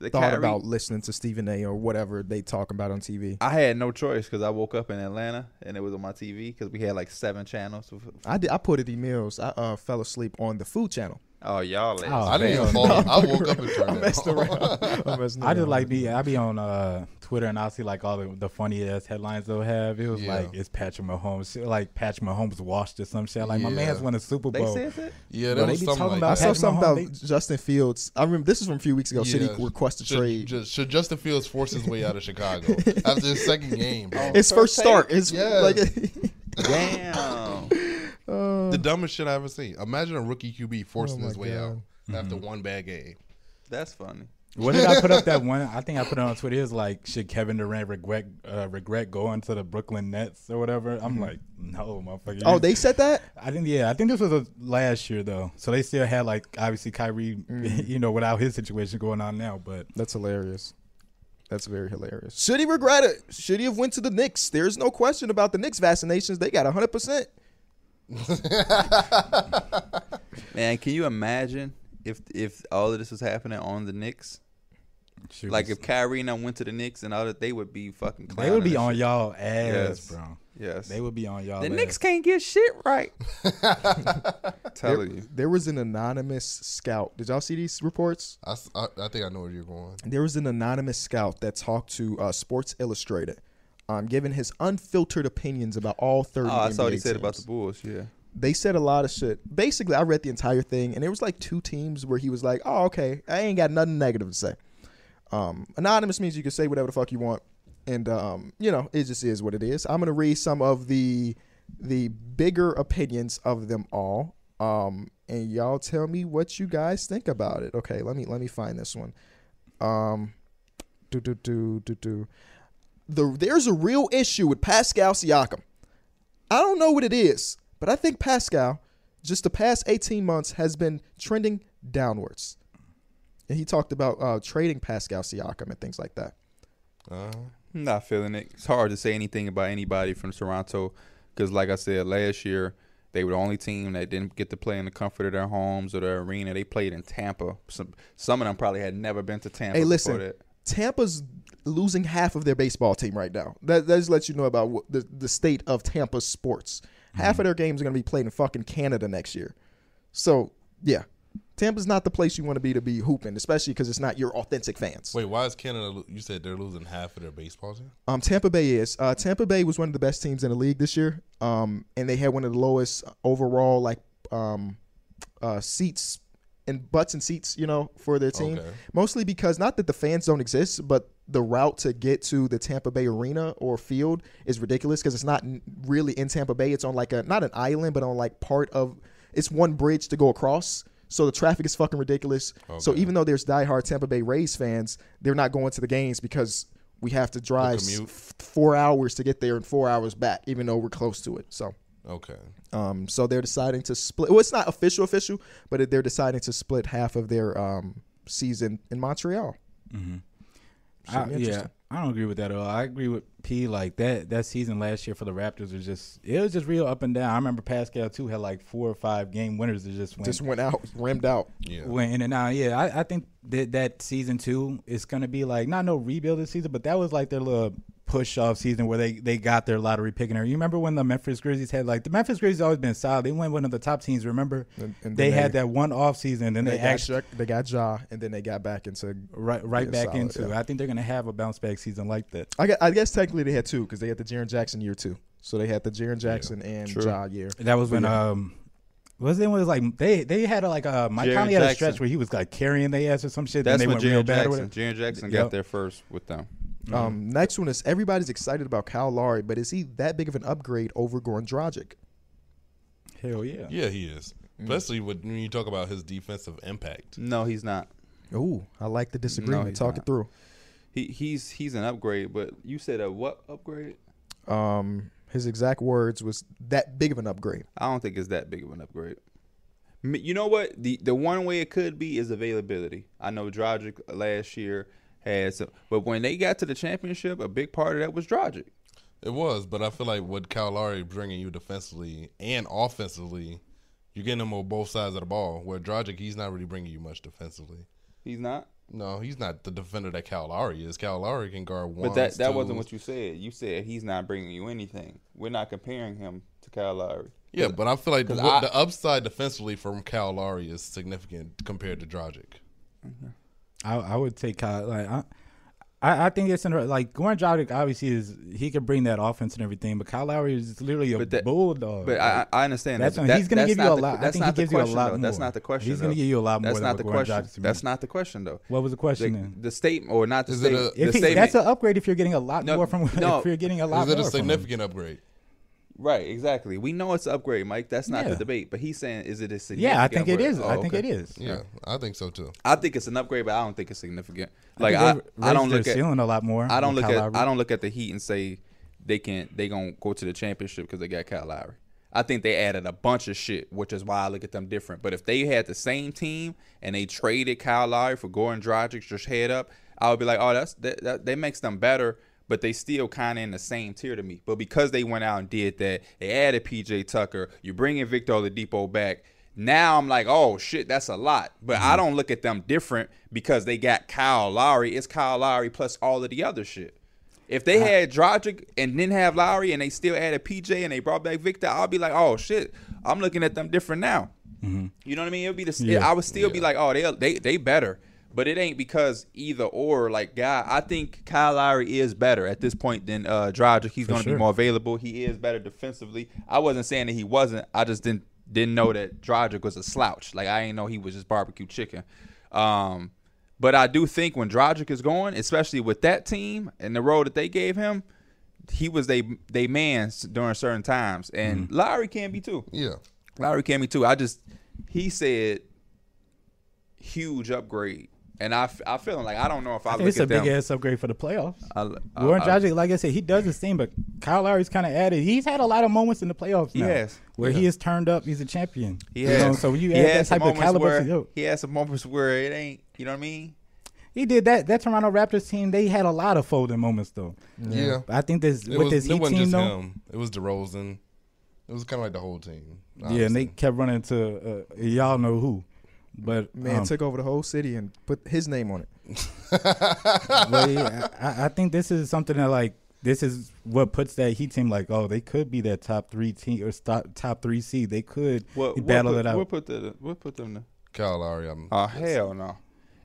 B: the
A: thought
B: Kyrie-
A: about listening to Stephen A. or whatever they talk about on TV.
B: I had no choice because I woke up in Atlanta and it was on my TV because we had like seven channels.
A: I did. I put it in meals. I uh, fell asleep on the Food Channel.
B: Oh, y'all. ass.
C: Oh,
D: I didn't
C: hell
D: even
C: no.
D: fall. I woke up and
A: I
D: turned
A: messed
D: it
A: around.
D: on.
A: I, messed
C: I just
A: around.
C: like be I be on uh, Twitter and I see like all the, the funniest headlines they'll have. It was
D: Yeah.
C: like it's Patrick Mahomes, shit, like Patrick Mahomes washed or some shit. Like my
D: Yeah.
C: man's won a Super
B: They
C: Bowl.
B: said that?
D: Yeah,
C: Bro,
D: that
C: they
D: was
C: be
D: something
C: talking
D: like
C: about
A: I
D: that.
A: saw
C: Patrick
A: something
C: Mahomes,
A: about
C: they-
A: Justin Fields. I remember this is from a few weeks ago. Should
D: Yeah.
A: he request a
D: Should-
A: trade?
D: ju- should Justin Fields force his way out of Chicago after his second game?
C: Oh.
D: Bro.
A: His first
B: First
A: start is
D: Yeah.
A: like.
B: Damn.
D: the dumbest shit I ever seen. Imagine a rookie QB forcing
C: Oh
A: my
D: his way
A: God.
D: out after one bad game.
B: That's funny.
C: What did I put up that one? I think I put it on Twitter. It was like, should Kevin Durant regret uh, regret going to the Brooklyn Nets or whatever? I'm like, no, motherfucker.
A: Mm-hmm. oh, they said that.
C: I think yeah, I think this was a, last year though. So they still had like obviously Kyrie,
B: Mm-hmm.
C: you know, without his situation going on now. But
A: That's hilarious. That's very hilarious. Should he regret it? Should he have went to the Knicks? There's no question about the Knicks vaccinations. They got 100. percent
B: Man, can you imagine if if all of this was happening on the Knicks?
C: shoot,
B: Like if Kyrie and I went to the Knicks and all that, they would be fucking.
C: they
B: clowning
C: would be
B: us.
C: on y'all ass,
B: Yes.
C: bro.
B: Yes,
C: They would be on y'all.
B: The
C: ass.
B: Knicks can't get shit right.
A: There,
B: Telling you,
A: there was an anonymous scout. Did y'all see these reports?
D: I, s- I- I think I know where you're going.
A: there was an anonymous scout that talked to uh, Sports Illustrated, um, giving his unfiltered opinions about all 30
B: oh, I saw what
A: NBA
B: he said about the
A: teams.
B: Bulls. Yeah,
A: They said a lot of shit. Basically, I read the entire thing, and there was like two teams where he was like, "Oh, okay, I ain't got nothing negative to say." Um, anonymous means you can say whatever the fuck you want, and um, you know it just is what it is. I'm gonna read some of the the bigger opinions of them all, um, and y'all tell me what you guys think about it. Okay, let me let me find this one. Um, do do do do do. The there's a real issue with Pascal Siakam. I don't know what it is, but I think Pascal, just the past 18 months, has been trending downwards. And he talked about uh, trading Pascal Siakam and things like that.
D: Uh,
B: I'm not feeling it. It's hard to say anything about anybody from Toronto because, like I said last year, they were the only team that didn't get to play in the comfort of their homes or their arena. They played in Tampa. Some some of them probably had never been to Tampa.
A: hey,
B: before
A: listen,
B: that.
A: Tampa's losing half of their baseball team right now. That, that just lets you know about what, the the state of Tampa sports. Half
B: Mm-hmm.
A: of their games are going to be played in fucking Canada next year. So yeah, Tampa's not the place you want to be to be hooping, especially because it's not your authentic fans.
D: Wait, why is Canada? lo- You said they're losing half of their baseball team.
A: Um, Tampa Bay is. Uh, Tampa Bay was one of the best teams in the league this year. Um, and they had one of the lowest overall like um, uh, seats and butts and seats, you know, for their team.
D: Okay.
A: Mostly because not that the fans don't exist, but the route to get to the Tampa Bay arena or field is ridiculous because it's not n- really in Tampa Bay. It's on like a not an island, but on like part of. It's one bridge to go across. So the traffic is fucking ridiculous. So even though there's diehard Tampa Bay Rays fans, they're not going to the games because we have to drive s-
D: commute.
A: f- four hours to get there and four hours back, even though we're close to it. So,
D: Okay.
A: um, so they're deciding to split. Well, it's not official, official, but it- they're deciding to split half of their um, season in Montreal.
C: I,
A: be
C: yeah,
A: interesting.
C: I don't agree with that at all. I agree with P. Like that that season last year for the Raptors was just it was just real up and down. I remember Pascal too had like four or five game winners that just went
A: Just went out, rimmed out.
D: Yeah.
C: went in and out. Yeah, I, I think that that season two is gonna be like not no rebuild this season, but that was like their little push off season where they they got their lottery pick. And everything. you remember when the Memphis Grizzlies had like the Memphis Grizzlies always been solid. They went one of the top teams. Remember
A: And- and
C: they,
A: then
C: had
A: they-
C: that one off season, and then
A: They,
C: they,
A: got,
C: actually
A: Ja- they got Ja, and then they got back into.
C: right right
A: Yeah,
C: back
A: solid,
C: into. it.
A: yeah.
C: I think they're gonna have a bounce back season like that.
A: I guess, I guess technically they had two because they had the Jaron Jackson year two. So they had the Jaron Jackson and Ja year.
C: That was when um was it when it was like they they had like uh Mike
B: Jaren
C: Conley had a
B: Jackson.
C: stretch where he was like carrying their ass or some shit and
B: That's
C: they
B: when
C: went real
B: Jaron
C: bad or
B: Jackson.
C: whatever.
B: Jaron Jackson
C: Yep.
B: got there first with them.
A: Um, next one is everybody's excited about Kyle Lowry, but is he that big of an upgrade over Goran Dragic?
C: Hell yeah.
D: Yeah, he is. Especially with- when you talk about his defensive impact.
B: No, he's not.
A: Ooh, I like the disagreement.
B: he's
A: Talk it
B: not.
A: through.
B: He he's he's an upgrade, but you said a what upgrade?
A: Um, his exact words was that big of an upgrade.
B: I don't think it's that big of an upgrade. M- You know what? The the one way it could be is availability. I know Drogic last year had some, but when they got to the championship, a big part of that was Drogic.
D: It was, but I feel like what Kyle Lowry bringing you defensively and offensively, you're getting him on both sides of the ball. Where Dragic, he's not really bringing you much defensively.
B: He's not.
D: No, he's not the defender that Kyle Lowry is. Kyle Lowry can guard one.
B: But that that wasn't what you said. You said he's not bringing you anything. We're not comparing him to Kyle Lowry.
D: Yeah, but I feel like the,
B: 'Cause I-
D: the upside defensively from Kyle Lowry is significant compared to Dragic.
C: I I would take Kyle like I I, I think it's in like Goran Dragic obviously is he could bring that offense and everything, but Kyle Lowry is literally a
B: But that-
C: bulldog.
B: But I, I I understand
C: that's
B: that.
C: what-
B: That-
C: he's gonna
B: that's
C: give you
B: not
C: a
B: the-
C: lot. I
B: that's
C: think he
B: not the
C: gives you a
B: question,
C: lot
B: though. That's
C: more.
B: not the question.
C: He's gonna
B: though.
C: give you a lot more
B: That's
C: than
B: not
C: what
B: the
C: Goran
B: question.
C: Dragic to me.
B: That's not the question though.
C: what was the
B: The,
C: question then?
B: the statement or not the
D: Is it
B: statement.
D: a-
B: The
C: If he,
B: statement.
C: that's an upgrade if you're getting a lot
B: No,
C: more from
B: no.
C: if you're getting a lot
D: Is it
C: more
D: a
C: from him.
D: significant upgrade?
B: Right, exactly. We know it's an upgrade, Mike. That's not
C: Yeah.
B: the debate. But he's saying, is it a significant?
C: Yeah, I think it
B: upgrade?
C: is.
B: Oh,
C: I think
B: okay.
C: it is.
D: Yeah, I think so too.
B: I think it's an upgrade, but I don't think it's significant. Like
C: I,
B: I,
C: think they've
B: I don't
C: raised their
B: look at,
C: ceiling a lot more.
B: I don't
C: with
B: look
C: Kyle
B: at,
C: Lowry.
B: I don't look at the Heat and say they can't, they gonna go to the championship because they got Kyle Lowry. I think they added a bunch of shit, which is why I look at them different. But if they had the same team and they traded Kyle Lowry for Goran Dragic just head up, I would be like, oh, that's that, that, that makes them better. But they still kind of in the same tier to me. But because they went out and did that, they added PJ Tucker. You bring in Victor Oladipo back. Now I'm like, oh shit, that's a lot. But I don't look at them different because they got Kyle Lowry. It's Kyle Lowry plus all of the other shit. If they had Drogic and didn't have Lowry and they still added PJ and they brought back Victor, I'll be like, oh shit, I'm looking at them different now. You know what I mean? It'd be the s
C: Mm-hmm. Yeah.
B: I would still be like, oh, they they they better. But it ain't because either or. Like, guy, I think Kyle Lowry is better at this point than uh, Drogic. He's going to
C: sure.
B: be more available. He is better defensively. I wasn't saying that he wasn't. I just didn't didn't know that Drogic was a slouch. Like, I didn't know he was just barbecue chicken. Um, but I do think when Drogic is going, especially with that team and the role that they gave him, he was they they man s- during certain times, and
C: Mm-hmm.
B: Lowry can be too.
D: Yeah.
B: Lowry can be too. I just he said huge upgrade, and I f- I feeling like I don't know if I, look
C: it's
B: at
C: a big
B: them.
C: ass upgrade for the playoffs.
B: I, I-
C: Goran
B: I-
C: Dragic, like I said, he does his thing, but Kyle Lowry's kind of added. He's had a lot of moments in the playoffs now
B: has.
C: where he has turned up. He's a champion.
B: He
C: You
B: has,
C: know, so when you
B: he
C: add
B: had
C: that
B: some
C: type of
B: moments
C: caliber,
B: where,
C: to yo,
B: he had some moments where it ain't. You know what I mean?
C: he did that. That Toronto Raptors team, they had a lot of folding moments though.
D: Yeah.
C: But I think this
D: It
C: with
D: was,
C: this
D: it
C: Heat
D: wasn't
C: team
D: just
C: though,
D: him. It was DeRozan. It was kind of like the whole team.
C: yeah, and
D: honestly.
C: they kept running to uh, y'all know who. But
A: Man
C: um,
A: took over the whole city and put his name on it.
C: but yeah, I, I think this is something that like this is what puts that Heat team like, oh, they could be that top three team or top top three seed. They could
B: What, what
C: battle
B: put,
C: it out.
B: What put the what put them? There?
D: Kyle Lowry. I'm,
B: Oh hell no!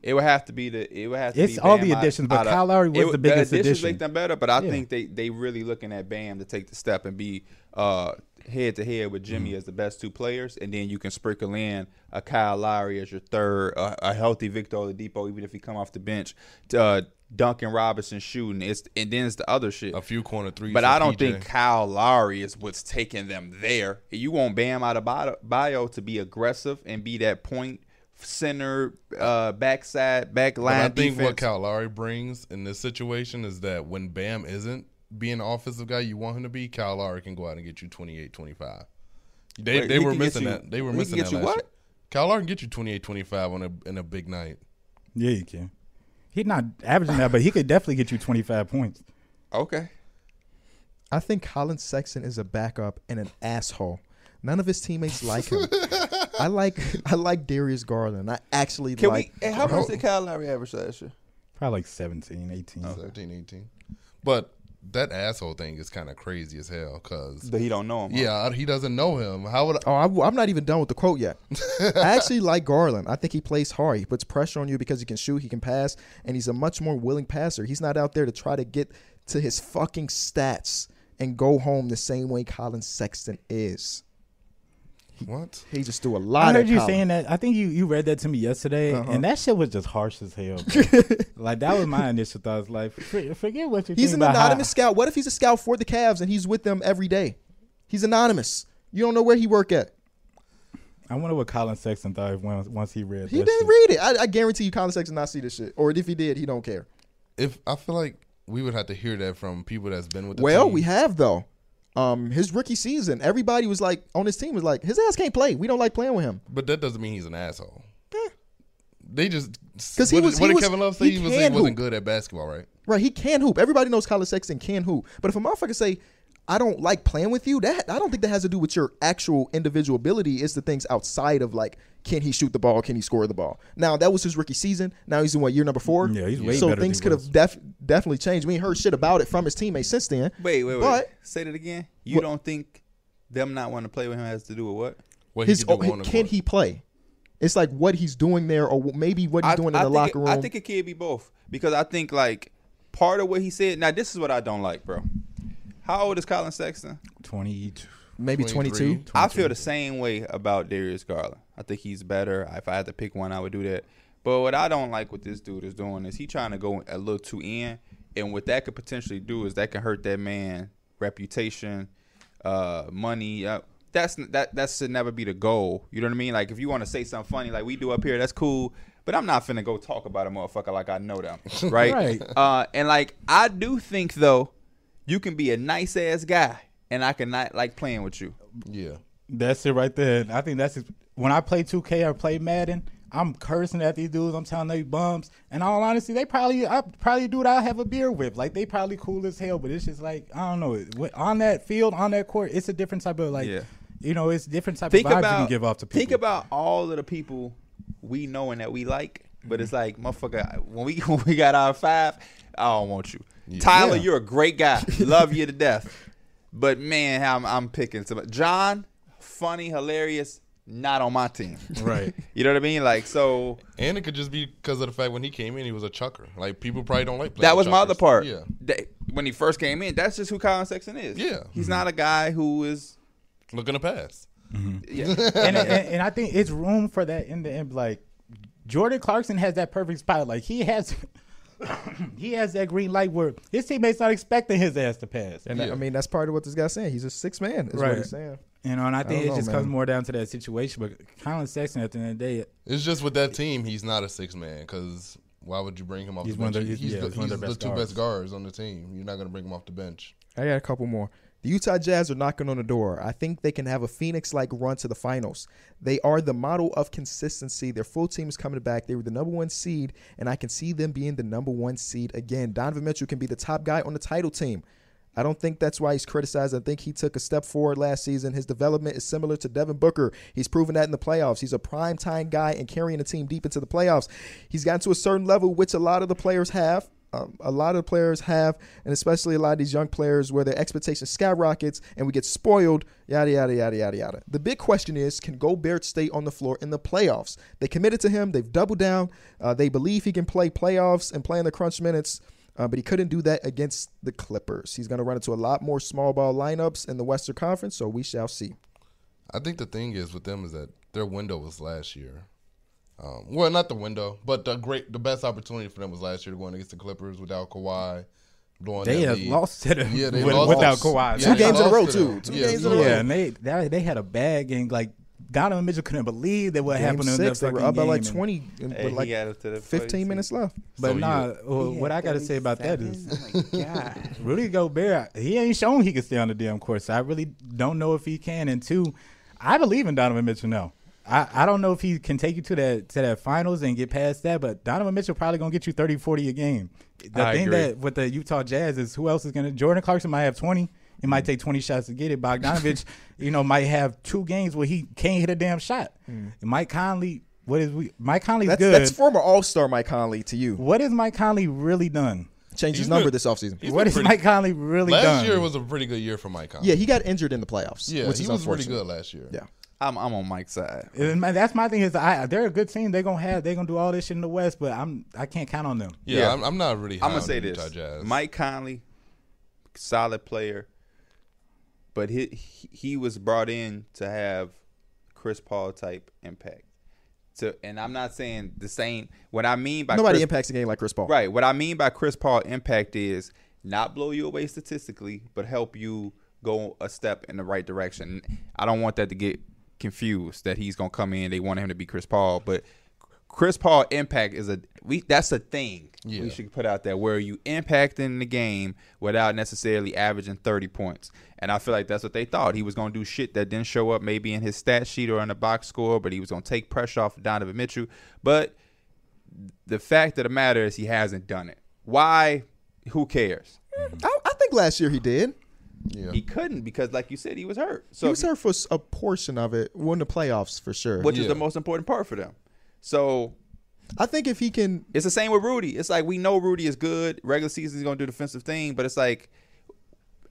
B: It would have to be the. It would have to.
C: It's
B: be
C: all
B: Bam
C: the
B: out-
C: additions, but
B: out of-
C: Kyle Lowry was
B: it would-
C: the biggest
B: additions
C: addition.
B: Make them better, but I
C: Yeah.
B: think they they really looking at Bam to take the step and be uh head to head with Jimmy
C: Mm.
B: as the best two players, and then you can sprinkle in a Kyle Lowry as your third, a, a healthy Victor Oladipo, even if he come off the bench. To, uh, Duncan Robinson shooting. It's and then it's the other shit.
D: a few corner threes.
B: But
D: from
B: I don't
D: PJ.
B: think Kyle Lowry is what's taking them there. You want Bam out of bio to be aggressive and be that point center, uh, backside, back
D: But
B: line
D: I think
B: defense.
D: what Kyle Lowry brings in this situation is that when Bam isn't being the offensive guy you want him to be, Kyle Lowry can go out and get you 28 25. They,
B: Wait,
D: they
B: he can
D: were
B: get
D: missing
B: you-
D: that. They
B: he
D: were
B: can
D: missing
B: get
D: that.
B: you
D: last
B: what?
D: year. Kyle Lowry can get you 28 25 on a, in a big night.
C: yeah, he can. He's not averaging that, but he could definitely get you twenty five points.
B: okay.
A: I think Colin Sexton is a backup and an asshole. None of his teammates like him. I like I like Darius Garland. I actually
B: Can
A: like
B: we? How much did Kyle Lowry average last year?
C: Probably like 17, 18.
D: 17, 18. But that asshole thing is kind of crazy as hell because,
B: That he don't know him. huh?
D: yeah, he doesn't know him. How would I?
A: Oh, I, am not even done with the quote yet. I actually like Garland. I think he plays hard. He puts pressure on you because he can shoot, he can pass, and he's a much more willing passer. He's not out there to try to get to his fucking stats and go home the same way Colin Sexton is.
D: What?
A: He just threw a
C: I
A: lot.
C: heard
A: at
C: you
A: Colin.
C: saying that. I think you, you read that to me yesterday,
A: Uh-huh.
C: and that shit was just harsh as hell. bro. like that was my initial thoughts. Like, for- forget what you.
A: He's
C: think
A: an
C: about how-
A: anonymous scout. What if he's a scout for the Cavs and he's with them every day? He's anonymous. You don't know where he work at.
C: I wonder what Colin Sexton thought once, once he read.
A: He
C: that
A: didn't
C: shit.
A: read it. I, I guarantee you, Colin Sexton not see this shit. Or if he did, he don't care.
D: If I feel like we would have to hear that from people that's been with the
A: Well,
D: team.
A: we have though. Um, his rookie season, everybody was like on his team was like, his ass can't play. We don't like playing with him
D: But that doesn't mean he's an asshole. They just
A: because he
D: what did-
A: was.
D: what
A: he
D: did
A: was,
D: Kevin Love say?
A: he
D: He, was
A: can
D: saying he wasn't
A: hoop.
D: good at basketball, right?
A: Right, he can hoop. Everybody knows Colin Sexton can hoop. But if a motherfucker say, I don't like playing with you, that I don't think that has to do with your actual individual ability. It's the things outside of like, can he shoot the ball? Can he score the ball? Now that was his rookie season. Now he's in what year number four?
C: Yeah, he's way
A: so
C: better than
A: things
C: he
A: could
C: was.
A: have def- definitely changed. We ain't heard shit about it from his teammates since then.
B: Wait, wait, wait.
A: But-
B: Say that again. You
A: What-
B: don't think them not wanting to play with him has to do with what?
D: What
A: His
D: could do
A: oh,
D: on the
A: can
D: court.
A: he play? It's like what he's doing there, or wh- maybe what he's doing in the
B: think
A: locker
B: it-
A: room.
B: I think it could be both because I think like part of what he said. Now this is what I don't like, bro. How old is Colin Sexton?
C: twenty-two.
A: maybe 22.
D: 23.
B: I feel the same way about Darius Garland. I think he's better. If I had to pick one, I would do that. But what I don't like what this dude is doing is he trying to go a little too in, and what that could potentially do is that can hurt that man reputation, uh, money. Uh, that's that that should never be the goal. You know what I mean? Like if you want to say something funny like we do up here, that's cool. But I'm not finna go talk about a motherfucker like I know them, right?
C: Right.
B: Uh, and like I do think though, you can be a nice ass guy, and I can not like playing with you.
D: Yeah.
C: That's it right there. I think that's when I play 2K or play Madden. I'm cursing at these dudes. I'm telling they bums. And all honesty, they probably I probably a dude I have a beer with. Like they probably cool as hell. But it's just like I don't know. It- when- On that field, on that court, it's a different type of like.
B: Yeah.
C: You know, it's different type
B: think
C: of vibes
B: about
C: you can give off to people.
B: think about all of the people we know and that we like, but it's
C: Mm-hmm.
B: like motherfucker when we when we got our five, I don't want you. Tyler,
C: Yeah.
B: you're a great guy, love you to death, but man, I'm I'm picking some John, funny, hilarious, not on my team.
C: right.
B: You know what I mean? Like so.
D: And it could just be because of the fact when he came in, he was a chucker. Like people probably don't like. Playing
B: That was
D: with
B: my other
D: chuckers.
B: part.
D: Yeah.
B: That- when he first came in, that's just who Colin Sexton is.
D: Yeah.
C: Mm-hmm.
B: He's not a guy who is.
D: Looking to pass.
B: Yeah.
C: and, and and I think it's room for that in the end. Like Jordan Clarkson has that perfect spot. Like he has, he has that green light where his teammates not expecting his ass to pass.
A: and
D: Yeah.
A: I mean, that's part of what this guy's saying. He's a six man, is
C: Right.
A: what he's saying.
C: You know, and I think
A: don't
C: it
A: know,
C: just comes
A: man.
C: more down to that situation. But Colin Sexton, at the end of the day,
D: It's just with that team, he's not a six man because why would you bring him off?
C: He's
D: the
C: one of
D: bench?
C: their- he's- yeah, he's one of their best
D: the two
C: guards.
D: best guards on the team. You're not gonna bring him off the bench.
A: I got a couple more. The Utah Jazz are knocking on the door. I think they can have a Phoenix like run to the finals. They are the model of consistency. Their full team is coming back. They were the number one seed, and I can see them being the number one seed again. Donovan Mitchell can be the top guy on the title team. I don't think that's why he's criticized. I think he took a step forward last season. His development is similar to Devin Booker. He's proven that in the playoffs. He's a prime time guy and carrying a team deep into the playoffs. He's gotten to a certain level, which a lot of the players have. Um, a lot of the players have, and especially a lot of these young players where their expectation skyrockets and we get spoiled, yada, yada, yada, yada, yada. The big question is can Gobert stay on the floor in the playoffs? They committed to him, they've doubled down, uh, they believe he can play playoffs and play in the crunch minutes. Uh, but he couldn't do that against the Clippers. He's going to run into a lot more small ball lineups in the Western Conference, so we shall see.
D: I think the thing is with them is that their window was last year. Um, well, not the window, but the great, the best opportunity for them was last year to go in against the Clippers without Kawhi. Blowing
C: They
D: that
C: have
D: lead.
C: lost to them
D: Yeah, they
C: with-
D: lost.
C: without Kawhi.
D: Yeah,
A: Two
D: they
A: games in a
D: lost
A: row,
D: to
A: too.
D: them.
A: Two
D: Yeah,
A: games in a row.
C: Yeah, and they that, they had a bad game. Like Donovan Mitchell couldn't believe that what
A: Game
C: happened in that
A: six, they
C: fucking
A: were up by
C: game
A: like
C: and-
A: 20 and
B: Hey,
A: with
B: he
A: like
B: got us to the
A: 15
B: playoffs.
A: minutes left.
C: But
D: So
C: nah, well, what I gotta say about that is
B: God.
C: Rudy Gobert, he ain't shown he can stay on the damn court. So I really don't know if he can. And two, I believe in Donovan Mitchell now. I, I don't know if he can take you to that to that finals and get past that, but Donovan Mitchell probably gonna get you 30, 40 a game. The
B: I
C: thing
B: agree.
C: that with the Utah Jazz is who else is gonna Jordan Clarkson might have twenty. It
D: Mm.
C: might take twenty shots to get it. Bogdanovich, you know, might have two games where he can't hit a damn shot.
D: Mm.
C: Mike Conley, what is we Mike Conley's
A: That's,
C: good.
A: that's former All Star Mike Conley to you.
C: what has Mike Conley really done?
A: Changed his
D: He's
A: number
D: good.
A: this offseason.
D: He's
C: What
D: been
C: has
D: pretty-
C: Mike Conley really
D: Last
C: done?
D: year was a pretty good year for Mike Conley.
A: Yeah, he got injured in the playoffs.
D: yeah,
A: which
D: he
A: is
D: was pretty
A: unfortunate.
D: good last year.
A: Yeah.
B: I'm I'm on Mike's side.
C: And my- that's my thing is I, they're a good team. They're gonna have they're gonna do all this shit in the West, but I'm I can't count on them.
D: yeah,
B: Yeah.
D: I'm, I'm not really. High
B: I'm gonna say
D: on the Utah
B: this:
D: Jazz.
B: Mike Conley, solid player, but he he was brought in to have Chris Paul type impact. So, and I'm not saying the same. What I mean by
A: Nobody
B: Chris,
A: impacts the game like Chris Paul.
B: Right. What I mean by Chris Paul impact is not blow you away statistically, but help you go a step in the right direction. I don't want that to get confused that he's gonna come in. They want him to be Chris Paul, but Chris Paul impact is a we that's a thing
D: Yeah.
B: we should put out there where you impacting the game without necessarily averaging 30 points. And I feel like that's what they thought. He was going to do shit that didn't show up maybe in his stat sheet or in the box score, but he was going to take pressure off of Donovan Mitchell. But the fact of the matter is he hasn't done it. Why? Who cares?
A: I, I think last year he did.
D: Yeah.
B: He couldn't because, like you said, he was hurt. So
A: He was hurt for s- a portion of it. Won the playoffs for sure.
B: which is
D: Yeah.
B: the most important part for them. So
A: I think if he can,
B: it's the same with Rudy. It's like we know Rudy is good. Regular season he's gonna do defensive thing, but it's like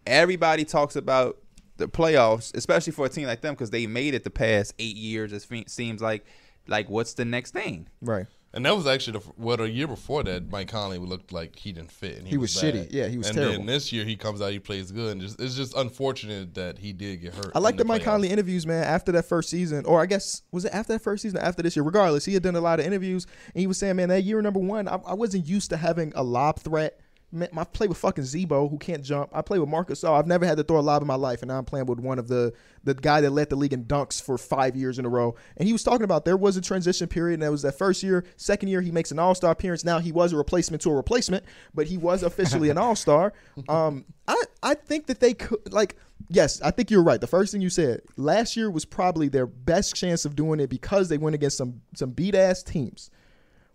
B: everybody talks about the playoffs, especially for a team like them, because they made it the past eight years. It fe- seems like, like what's the next thing?
A: right.
D: And that was actually the, well the year before that. Mike Conley looked like he didn't fit. And he,
A: He was shitty.
D: bad.
A: Yeah, he was
D: and
A: terrible.
D: then this year he comes out, he plays good, and just, it's just unfortunate that he did get hurt.
A: I like
D: in
A: the, Mike
D: playoffs.
A: Conley interviews, man. After that first season, or I guess was it after that first season, or after this year? Regardless, he had done a lot of interviews, and he was saying, man, that year number one, I, I wasn't used to having a lob threat. Man, I play with fucking Zebo, who can't jump. I play with Marcus. All. I've never had to throw a lob in my life, and now I'm playing with one of the the guy that led the league in dunks for five years in a row. And he was talking about there was a transition period, and that was that first year. Second year, he makes an All Star appearance. Now he was a replacement to a replacement, but he was officially an All Star. Um, I I think that they could like yes, I think you're right. The first thing you said last year was probably their best chance of doing it because they went against some some beat ass teams.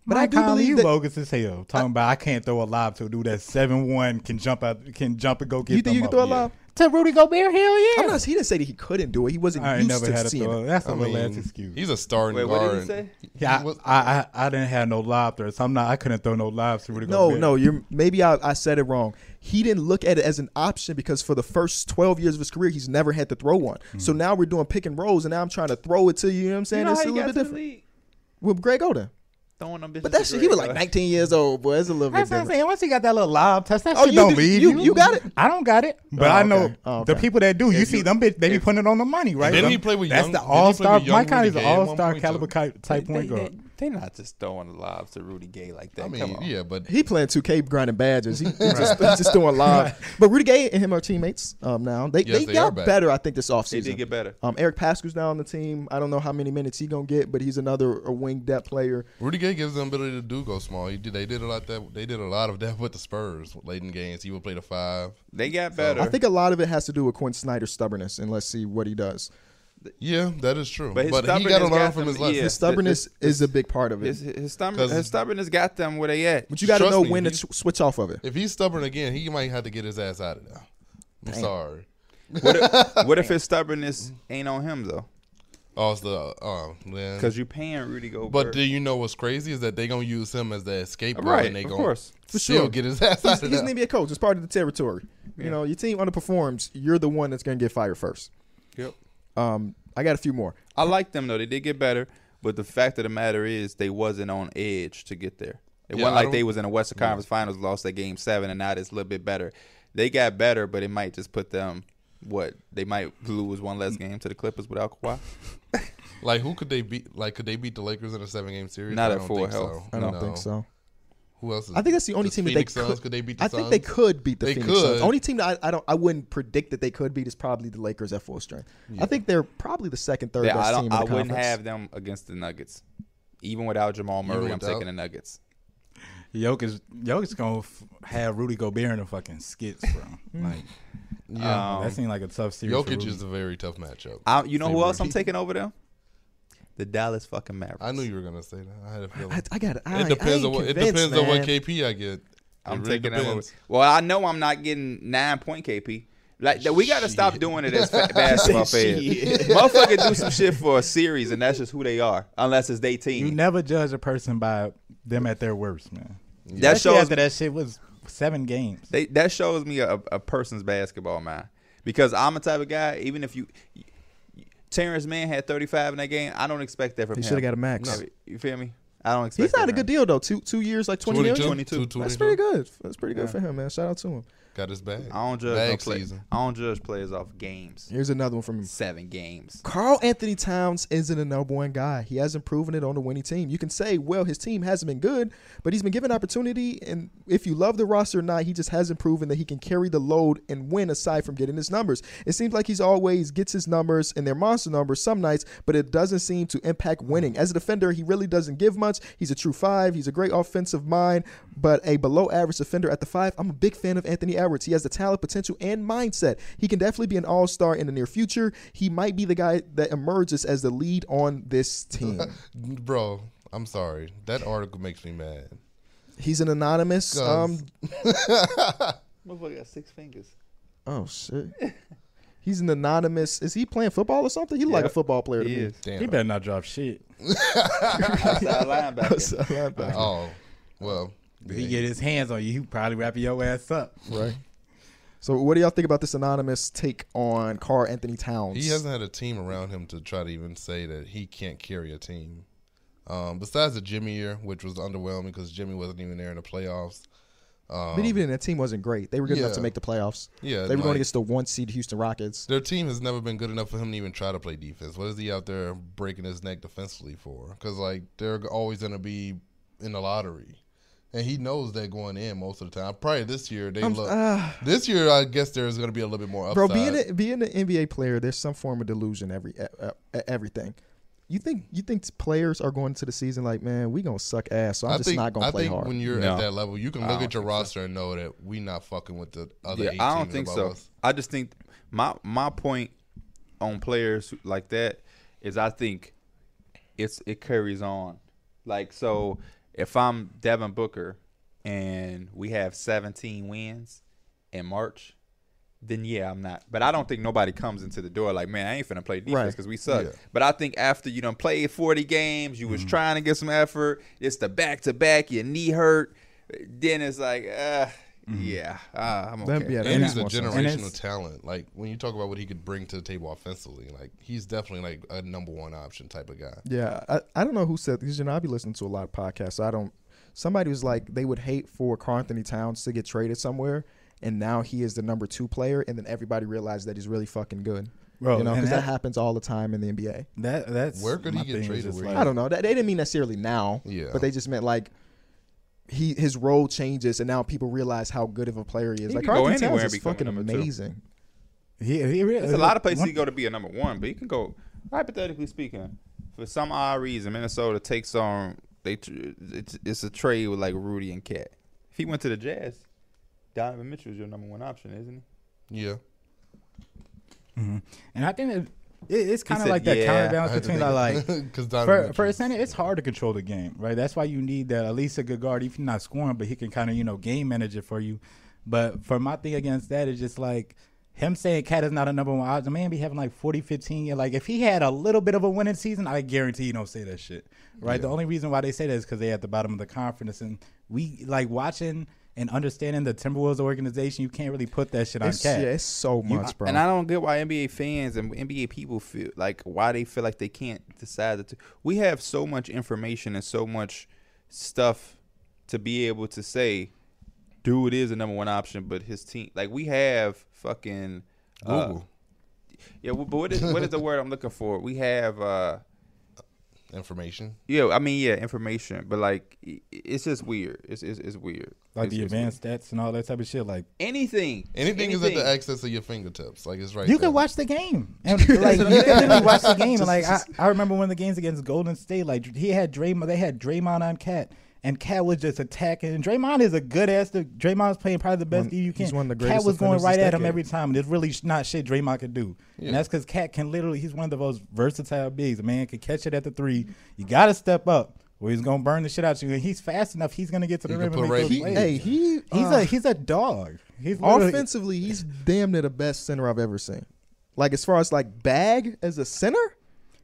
A: But I
C: Mike
A: do
C: Conley, you
A: believe that
C: bogus as hell. Talking about I can't throw a lob to a dude that's seven one can jump out can jump and go get.
A: you think you can
C: them
A: throw a
C: up.
A: lob.
C: to Rudy Gobert? Hell yeah!
A: I'm not. He didn't say that he couldn't do it. He wasn't
C: I ain't
A: used
C: never
A: to
C: had a
A: seeing
C: throw.
A: it.
C: That's a
D: I
C: little ass
D: mean,
C: excuse.
D: He's a starting
B: Wait, what
D: guard.
B: did he say?
C: yeah,
D: he was-
C: I, I I didn't have no lob threats. I'm not. I couldn't throw no lobs to Rudy
A: No,
C: Gobert.
A: no, you're maybe I, I said it wrong. He didn't look at it as an option because for the first 12 years of his career, he's never had to throw one. So now we're doing pick and rolls, and now I'm trying to throw it to you. You know what I'm saying?
B: You know
A: it's
B: how
A: a
B: you
A: little
B: got
A: bit
B: to the
A: different
B: league?
A: with Greg Oden.
B: Throwing them bitches.
A: But that
B: to
A: shit, he was
B: Greg,
A: like
B: uh,
A: 19 years old, boy. It's a little bit
C: That's what I'm
A: different.
C: saying. Once you got that little lob touch, that
A: Oh,
C: shit
A: you
C: don't
A: do-
C: leave
A: you- you got it?
C: I don't got it, but
A: Oh,
C: I know
A: okay. Oh,
C: the
A: okay.
C: people that do. You
B: If
C: see
B: you-
C: them bitch, they be
B: if-
C: putting it on the money, right?
D: Didn't
C: Them-
D: he play with
C: That's
D: young-
C: the
D: didn't he play
C: all star.
D: with young
C: Mike Conley's
D: Rudy
C: an
D: Gay at
C: all
D: one
C: star
D: point, too?
C: caliber ki- type
B: They,
C: point
B: they,
C: guard.
B: they're not just throwing lobs to Rudy Gay like that.
D: I mean,
B: Come on.
D: yeah, but
A: He playing 2K grinding badges. He, he just, he's just doing live. But Rudy Gay and him are teammates um, now. They,
D: Yes,
A: they,
D: they are
A: got
D: back.
A: better, I think, this
B: They
A: offseason.
B: did get better.
A: um, Eric Pascal's now on the team. I don't know how many minutes he gonna get, but he's another a wing depth player.
D: Rudy Gay gives them ability to do go small. He did. They did a lot that. They did a lot of that with the Spurs late in games. He would play the five.
B: They got better.
A: I think a lot of it has to do with Quinn Snyder's stubbornness, and let's see what he does.
D: Yeah, that is true.
B: But
D: But,
B: his
D: he got to
B: stubbornness
D: learn
B: got
D: from his
B: them-
D: lessons.
B: yeah.
A: His stubbornness is a big part of it,
B: his, his, stubborn,
D: 'Cause-
B: his stubbornness got them where they at.
A: but you got to
D: trust
A: know
D: me,
A: when to
D: he's-
A: ch- switch off of it.
D: If he's stubborn again, he might have to get his ass out of there. I'm sorry.
B: What if, what if his stubbornness ain't on him though?
D: Oh, it's the uh, yeah.
B: Because you're paying Rudy Gobert.
D: But do you know what's crazy is that they gonna use him as that scapegoat,
B: Right,
D: and they
B: of
D: gonna
B: course.
A: For
D: still
A: sure.
D: get his ass
A: He's,
D: out of
A: he's
D: there.
A: an NBA coach. It's part of the territory.
B: Yeah.
A: You know, your team underperforms. You're the one that's going to get fired first.
B: Yep.
A: Um, I got a few more.
B: I like them though. They did get better, but the fact of the matter is they wasn't on edge to get there. It
D: Yeah,
B: wasn't
D: I
B: like
D: don't-
B: they was in the Western Conference Finals, lost that game seven, and now it's a little bit better. They got better, but it might just put them what they might lose one less game to the Clippers without Kawhi.
D: Like who could they beat? Like could they beat the Lakers in a seven game series?
B: Not
D: I
B: at
D: don't
B: full
D: think
B: health.
D: So.
A: I don't
D: No.
A: think so.
D: Who else? Is,
A: I think that's the only
D: does
A: team that
D: Phoenix
A: they
D: Suns,
A: could.
D: could they beat the
A: I think
D: Suns?
A: they could beat the
D: They
A: Phoenix Suns.
D: could.
A: The only team that I, I don't, I wouldn't predict that they could beat is probably the Lakers at full strength. I think they're probably the second, third
B: Yeah,
A: best team
B: I don't.
A: in the
B: I
A: conference.
B: wouldn't have them against the Nuggets, even without Jamal Murray. I'm
D: without-
B: taking the Nuggets.
C: Jokic, Jokic gonna f- have Rudy Gobert in the fucking skits, bro. like
D: Yeah.
B: Um,
C: that seemed like a tough series. for
D: Jokic
C: Rudy.
D: is a very tough matchup.
B: I, you know
D: They
B: who
D: were-
B: else I'm taking over them? The Dallas fucking Mavericks.
D: I knew you were gonna say that. I had a feeling.
A: I, I got it.
D: it depends on what. It depends on what KP I get. It
B: I'm
D: really
B: taking them over.
D: depends.
B: Well, I know I'm not getting nine point KP. Like that, we got to stop
D: Shit.
B: doing it as fa- basketball fans. Motherfucker do some shit for a series, and that's just who they are, unless it's their
C: You
B: team.
C: never judge a person by them at their worst, man.
B: that
C: Especially
B: shows
C: after that shit was seven games.
B: they, that shows me a, a person's basketball mind. Because I'm a type of guy. Even if you, Terrence Mann had 35 in that game, I don't expect that from
A: He
B: him.
A: should have got a max.
B: You feel me? I don't expect.
A: He's
B: that
A: not a
B: from
A: good
B: him.
A: deal though. Two two years, like twenty
D: 22,
A: million.
D: 22,
A: That's
D: 22.
A: pretty good. That's pretty good
B: Yeah.
A: for him, man. Shout out to him.
D: Got his bag.
B: I don't judge no
D: Bag
B: play-
D: season.
B: I don't judge players off games.
A: Here's another one from him.
B: Seven games.
A: Carl Anthony Towns isn't a number one guy. He hasn't proven it on a winning team. You can say, well, his team hasn't been good, but he's been given opportunity. And if you love the roster or not, he just hasn't proven that he can carry the load and win aside from getting his numbers. It seems like he's always gets his numbers and their monster numbers some nights, but it doesn't seem to impact winning. As a defender, he really doesn't give much. He's a true five. He's a great offensive mind, but a below average defender at the five. I'm a big fan of Anthony Edwards. He has the talent, potential, and mindset. He can definitely be an all star in the near future. He might be the guy that emerges as the lead on this team.
D: Bro, I'm sorry. That article makes me mad.
A: He's an anonymous. Um,
B: Motherfucker got six fingers.
A: oh, shit. He's an anonymous. Is he playing football or something? He like a
B: Yep.
A: football player to
B: He
A: me.
B: is.
D: Damn.
C: He better not drop shit.
B: Outside linebacker.
A: Outside linebacker.
D: Oh, well.
C: If he get his hands on you, he probably wrapping your ass up.
A: Right. So, what do y'all think about this anonymous take on Carl Anthony Towns?
D: He hasn't had a team around him to try to even say that he can't carry a team. Um, besides the Jimmy year, which was underwhelming because Jimmy wasn't even there in the playoffs.
A: but even that team wasn't great. They were good enough to
D: Um, Yeah.
A: make the playoffs.
D: Yeah,
A: they were going
D: like-
A: against the one seed Houston Rockets.
D: Their team has never been good enough for him to even try to play defense. What is he out there breaking his neck defensively for? Because like they're always going to be in the lottery, and he knows that going in most of the time. Probably this year they look. this year I guess there's going to be a little bit more
A: uh, Bro,
D: upside.
A: being a, being an NBA player, there's some form of delusion every uh, uh, everything. You think you think players are going to the season like, man, we gonna suck ass, so I'm just not gonna
D: I
A: play
D: think
A: hard.
D: when you're
B: No.
D: at that level, you can look
B: don't
D: at your roster and know that we not fucking with the other.
B: Yeah,
D: 18
B: I don't think so.
D: Us.
B: I just think my my point on players like that is I think it's it carries on. Like so, if I'm Devin Booker and we have 17 wins in March, then yeah, I'm not. But I don't think nobody comes into the door like, man, I ain't finna play defense
A: Right.
B: because we suck.
D: Yeah.
B: But I think after you done played 40 games, you was trying to get some effort. It's the back to back, your knee hurt. Then it's like, uh, yeah, uh, I'm okay.
A: That- yeah, that
D: And
A: makes
D: he's a
A: more sense.
C: And it's-
D: generational talent. Like when you talk about what he could bring to the table offensively, like he's definitely like a number one option type of guy.
A: Yeah, I, I don't know who said because you know I be listening to a lot of podcasts. So I don't. Somebody was like they would hate for Carl Anthony Towns to get traded somewhere, and now he is the number two player, and then everybody realized that he's really fucking good.
C: Bro,
A: you know,
C: and
A: because that,
C: that-
A: happens all the time in the NBA.
C: That that's
D: Where could he
C: my
D: get
C: thing is
D: traded?
C: just
D: Where
C: like-
A: I don't know. That, they didn't mean necessarily now.
D: Yeah.
A: But they just meant like he his role changes, and now people realize how good of a player he is.
B: He
A: like
B: can
A: Carl
B: go
A: Anthony
B: anywhere
A: Towns is
B: and become a
A: fucking
B: number two.
A: amazing.
C: He, he really,
B: There's a lot of places
C: one-
B: you go to be a number one, but you can go hypothetically speaking. For some odd reason, Minnesota takes on they. tr- It's, it's a trade with like Rudy and Cat. If he went to the Jazz, Donovan Mitchell's your number one option, isn't he?
D: Yeah,
C: And I think it, it, it's kind of
B: said,
C: like that
B: "Yeah."
C: counterbalance between like. like
D: because
C: For, for a center, it's hard to control the game, right? That's why you need that at least a good guard. If you're not scoring, but he can kind of you know game manage it for you. But for my thing against that is just like Him saying Cat is not a number one option, the man be having like 40, 15 year. Like if he had a little bit of a winning season, I guarantee you don't say that shit. Right. The only reason why they say that is because they at the bottom of the conference and we like watching and understanding the Timberwolves organization. You can't really put that shit on
A: It's, yeah,
C: Cat.
A: it's so much, bro.
B: And I don't get why NBA fans and NBA people feel like why they feel like they can't decide that we have so much information and so much stuff to be able to say, dude is the number one option, but his team like we have fucking uh,
D: Google.
B: yeah, but what is what is the word I'm looking for? We have uh
D: Information.
B: yeah, I mean yeah, information, but like i- i- it's just weird. It's it's, it's weird.
C: like
B: It's-
C: the
B: it's
C: advanced stats and all that type of shit.
B: weird.
C: Like
B: anything
D: Anything, is at the access of your fingertips. Like it's right.
C: you
D: there.
C: can watch the game and like you can literally watch the game. And like I, I remember one of the games against Golden State, like he had Draymond, they had Draymond on Cat. And Cat was just attacking. And Draymond is a good ass. To, Draymond's playing probably the best
A: One-
C: D you can.
A: he's one of the
C: Cat
A: greatest
C: was going
A: defenders
C: right
A: this
C: at him
A: decade.
C: every time. There's really sh- not shit Draymond could do.
D: Yeah.
C: And that's because Cat can literally. He's one of the most versatile bigs. A man can catch it at the three. You got to step up, or he's gonna burn the shit out you. And he's fast enough. He's gonna get to the
D: He can
C: rim and
D: put
C: make
D: right
C: those
D: heat.
C: plays.
A: hey, he he's
D: uh,
C: he's a he's a dog. He's literally-
A: offensively, he's damn near the best center I've ever seen. Like as far as like bag as a center,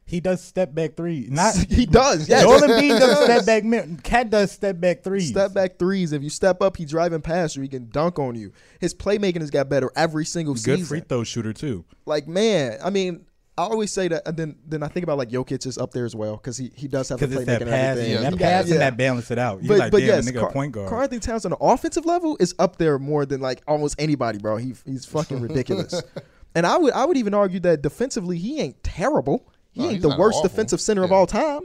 C: He does step back three. Not
A: he does. Yes.
C: Joel Embiid does step back. mid- Cat does step back three.
A: Step back threes. If you step up, he driving past you. He can dunk on you. His playmaking has got better every single
C: Good
A: season.
C: free throw shooter too.
A: Like man, I mean, I always say that, and then then I think about like Jokic is up there as well because he he does have the
C: Because
A: playmaking
C: it's that
A: and
C: pass,
A: everything.
C: and
D: Yeah,
C: that
D: the
C: pass,
D: pass.
C: and that balance it out. You
A: But,
C: like,
A: but
C: damn,
A: yes,
C: nigga, a
A: Car-
C: point guard.
A: Karl Anthony Towns on the offensive level is up there more than like almost anybody, bro. He he's fucking ridiculous. and I would I would even argue that defensively he ain't terrible. He
D: No,
A: ain't
D: he's
A: the
D: not
A: worst
D: awful.
A: defensive center of
D: Yeah.
A: all time.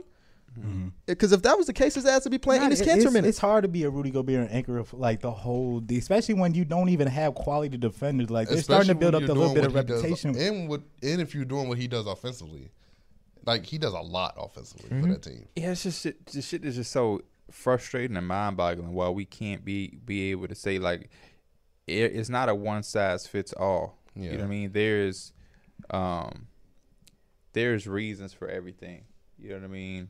C: Mm-hmm.
A: Because if that was the case, his ass would be playing
C: Nah,
A: in his
C: it-
A: cancer
C: it's,
A: minutes.
C: it's hard to be a Rudy Gobert and anchor of like the whole, D, especially when you don't even have quality defenders. Like they're starting to
D: Especially
C: build
D: when
C: up a
D: you're
C: little bit
D: doing
C: of
D: what he does-
C: reputation.
D: and what and if you're doing what he does offensively, like he does a lot offensively
C: Mm-hmm.
D: for that team.
B: Yeah, it's just shit. The shit is just so frustrating and mind-boggling. Why we can't be be able to say like it, it's not a one size fits all. You know
D: Yeah.
B: what I mean? There's um there's reasons for everything. You know what I mean?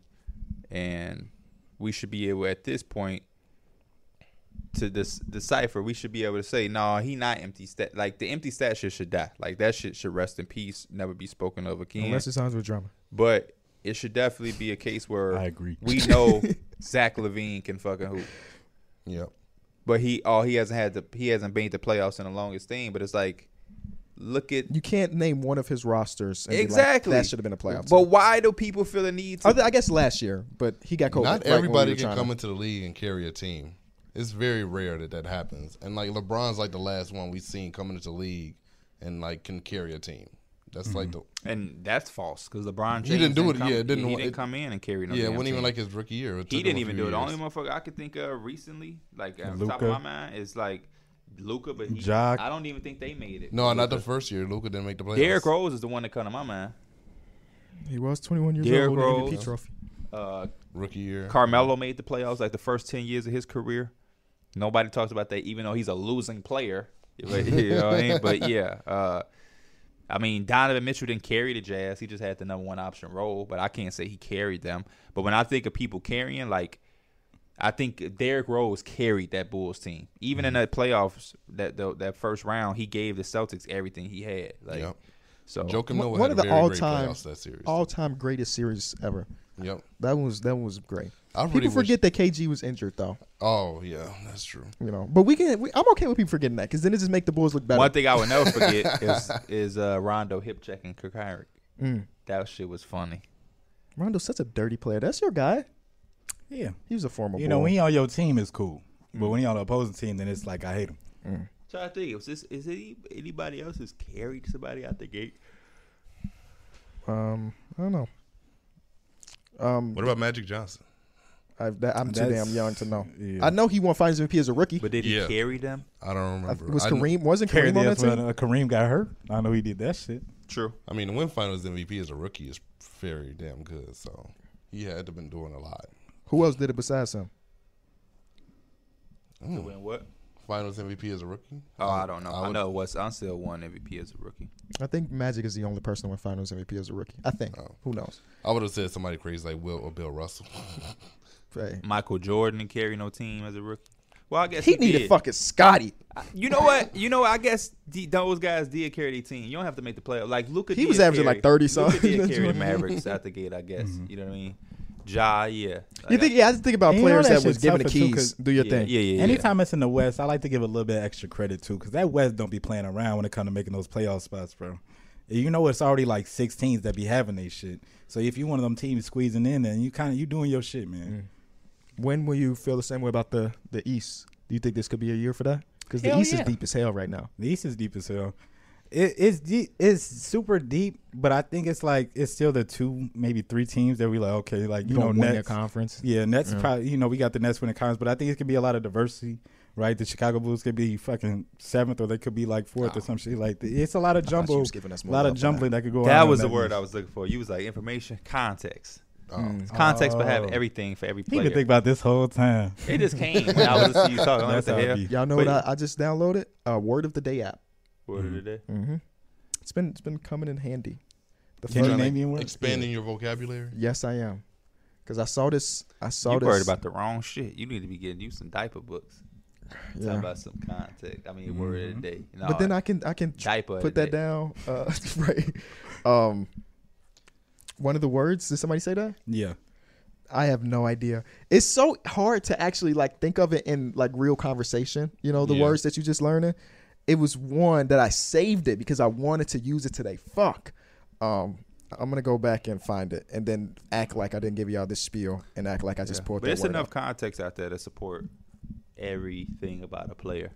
B: And we should be able at this point to this decipher. We should be able to say, no, he not empty stat. Like the empty stat shit should die. Like that shit should rest in peace, never be spoken of again
A: it sounds with drama.
B: but it should definitely be a case where
C: I agree.
B: We know Zach Levine can fucking hoop,
D: Yep.
B: but he all he hasn't had the he hasn't been the playoffs in the longest thing. But it's like, look at
A: You can't name one of his rosters. and be like,
B: exactly
A: that should have been a playoff.
B: But
A: team.
B: why do people feel the need to?
A: Other- I guess last year, but he got COVID.
D: Not
A: right when we
D: everybody
A: were
D: can
A: trying
D: come
A: to-
D: into the league and carry a team. It's very rare that that happens. And like LeBron's like the last one we've seen coming into the league and like can carry a team. That's like
A: Mm-hmm.
D: the
B: and that's false because LeBron James
D: He didn't do it.
B: Come,
D: Yeah, it didn't
B: He
D: wa-
B: didn't
D: it-
B: come in and carry no.
D: yeah. It
B: damn
D: wasn't even
B: team.
D: like his rookie year. It took
B: he
D: him
B: didn't
D: a
B: even
D: few
B: do it. The
D: years.
B: only motherfucker I could think of recently, like at the top
C: Luka.
B: of my mind, is like Luca, but he,
C: Ja.
B: I don't even think they made it.
D: No, not
B: Luka.
D: the first year. Luca didn't make the playoffs.
B: Derrick Rose is the one that come to my mind.
A: He was 21 years
B: Derrick
A: old. holding the MVP
B: Rose.
A: trophy.
B: Uh,
D: rookie year.
B: Carmelo made the playoffs like the first 10 years of his career. Nobody talks about that, even though he's a losing player. But, you know what I mean? But yeah, uh, I mean, Donovan Mitchell didn't carry the Jazz. He just had the number one option role, but I can't say he carried them. But when I think of people carrying, like, I think Derrick Rose carried that Bulls team. Even in the playoffs, that the, that first round, he gave the Celtics everything he had. Like,
D: Yep.
B: so
D: Joakim
A: One-
D: Noah
A: one
D: had
A: of
D: a
A: the
D: very great
A: all-time-
D: playoffs that series.
A: All time greatest series ever.
D: yep.
A: That one was that one was great.
D: I really
A: people
D: wish-
A: forget that KG was injured though.
D: Oh yeah, that's true.
A: You know, but we can. We, I'm okay with people forgetting that because then it just make the Bulls look better.
B: One thing I would never forget is is uh, Rondo hip checking Kirk Heinrich.
A: Mm.
B: That shit was funny.
A: Rondo's such a dirty player. That's your guy.
C: Yeah,
A: He was a former.
C: you know
A: Bull.
C: when he on your team is cool, but when he on the opposing team, then it's like I hate him.
B: trying to think, is this is any, anybody else who's carried somebody out the gate?
A: um, I don't know. Um,
D: What about Magic Johnson?
A: I've, that, I'm too
C: That's-
A: damn young to know.
C: yeah.
A: I know he won Finals MVP as a rookie.
B: But did he
D: Yeah.
B: carry them?
D: I don't
A: I,
D: remember.
A: was
D: I,
A: Kareem wasn't Kareem
C: Carry
A: on
C: the
A: that
C: ass when
A: team?
C: uh, Kareem got hurt. I know he did that shit.
B: True.
D: I mean, to win Finals MVP as a rookie is very damn good. So he had to been doing a lot.
A: Who else did it besides him? Mm.
B: To win what?
D: Finals MVP as a rookie.
B: Oh, I don't know. I,
D: would-
B: know Wes Unseld won MVP as a rookie.
A: I think Magic is the only person to win Finals MVP as a rookie. I think.
D: Oh.
A: Who knows?
D: I would have said somebody crazy like Will or Bill Russell.
A: Hey,
B: Michael Jordan didn't carry no team as a rookie. Well, I guess
A: He
B: he,
A: needed
B: did.
A: fucking Scotty.
B: You know what? You know what? I guess the, those guys did carry their team. You don't have to make the playoff. Like Luca,
A: He was averaging like 30 something.
B: did carry the Mavericks out the gate. I guess you know what I mean. Ja, yeah. Like,
A: You think? Yeah, I just think about
C: And you know
A: players
C: that
A: that was
C: shit's
A: given the
C: tougher too,
A: keys.
C: 'cause-
A: Do your
B: yeah,
A: thing.
B: Yeah, yeah, yeah.
C: Anytime it's in the West, I like to give a little bit of extra credit too, because that West don't be playing around when it comes to making those playoff spots, bro. You know it's already like six teams that be having they shit. So if you one of them teams squeezing in, then you kind of you doing your shit, man.
A: When will you feel the same way about the the East? Do you think this could be a year for that? Because the
C: Hell
A: East
C: yeah.
A: is deep as hell right now.
C: The East is deep as hell. It, it's deep, it's super deep, but I think it's like it's still the two maybe three teams that we like. Okay, like you,
A: You
C: know,
A: don't win their
C: Nets,
A: conference.
C: Yeah, Nets probably you know, we got the Nets winning cons, but I think it could be a lot of diversity, right? The Chicago Bulls could be fucking seventh or they could be like fourth or some shit like that. It's a lot of
A: thought you
C: jumble.
A: was giving us
C: A
A: more
C: lot
A: love
C: of
A: for
C: jumbling that could go on.
B: that
C: in
B: was the word I
C: list.
B: was looking for. You was like information, context,
D: Oh.
A: Mm.
B: context, but
C: Oh.
B: have everything for every
C: He
B: player.
C: been thinking about this whole time.
B: it just came when I was listening to you talking. Like, what
C: That's how
B: the
C: it
B: hell?
C: be.
A: Mm. Y'all know
B: But-
A: what I, I just downloaded? Uh, Word of the Day app.
B: Word of the day.
A: Mm-hmm. It's been it's been coming in handy. The
C: Can you
A: first-
C: name me one?
D: Expanding your vocabulary.
A: Yes, I am. Because I saw this. I saw
B: You
A: this.
B: worried about the wrong shit. You need to be getting you some diaper books.
A: Yeah. Mm-hmm.
B: Talk about some context. I mean, word of the day. No,
A: but then I can I can tr-
B: diaper. of
A: put
B: the
A: that
B: day.
A: down. Uh, right. Um. One of the words. Did somebody say that?
C: Yeah.
A: I have no idea. It's so hard to actually like think of it in like real conversation. You know, the
D: Yeah.
A: words that you just learning. It was one that I saved it because I wanted to use it today. Fuck. Um, I'm gonna go back and find it and then act like I didn't give y'all this spiel and act like I just
B: Yeah.
A: pulled
B: But
A: that
B: it's
A: word
B: enough
A: up.
B: context out there to support everything about a player.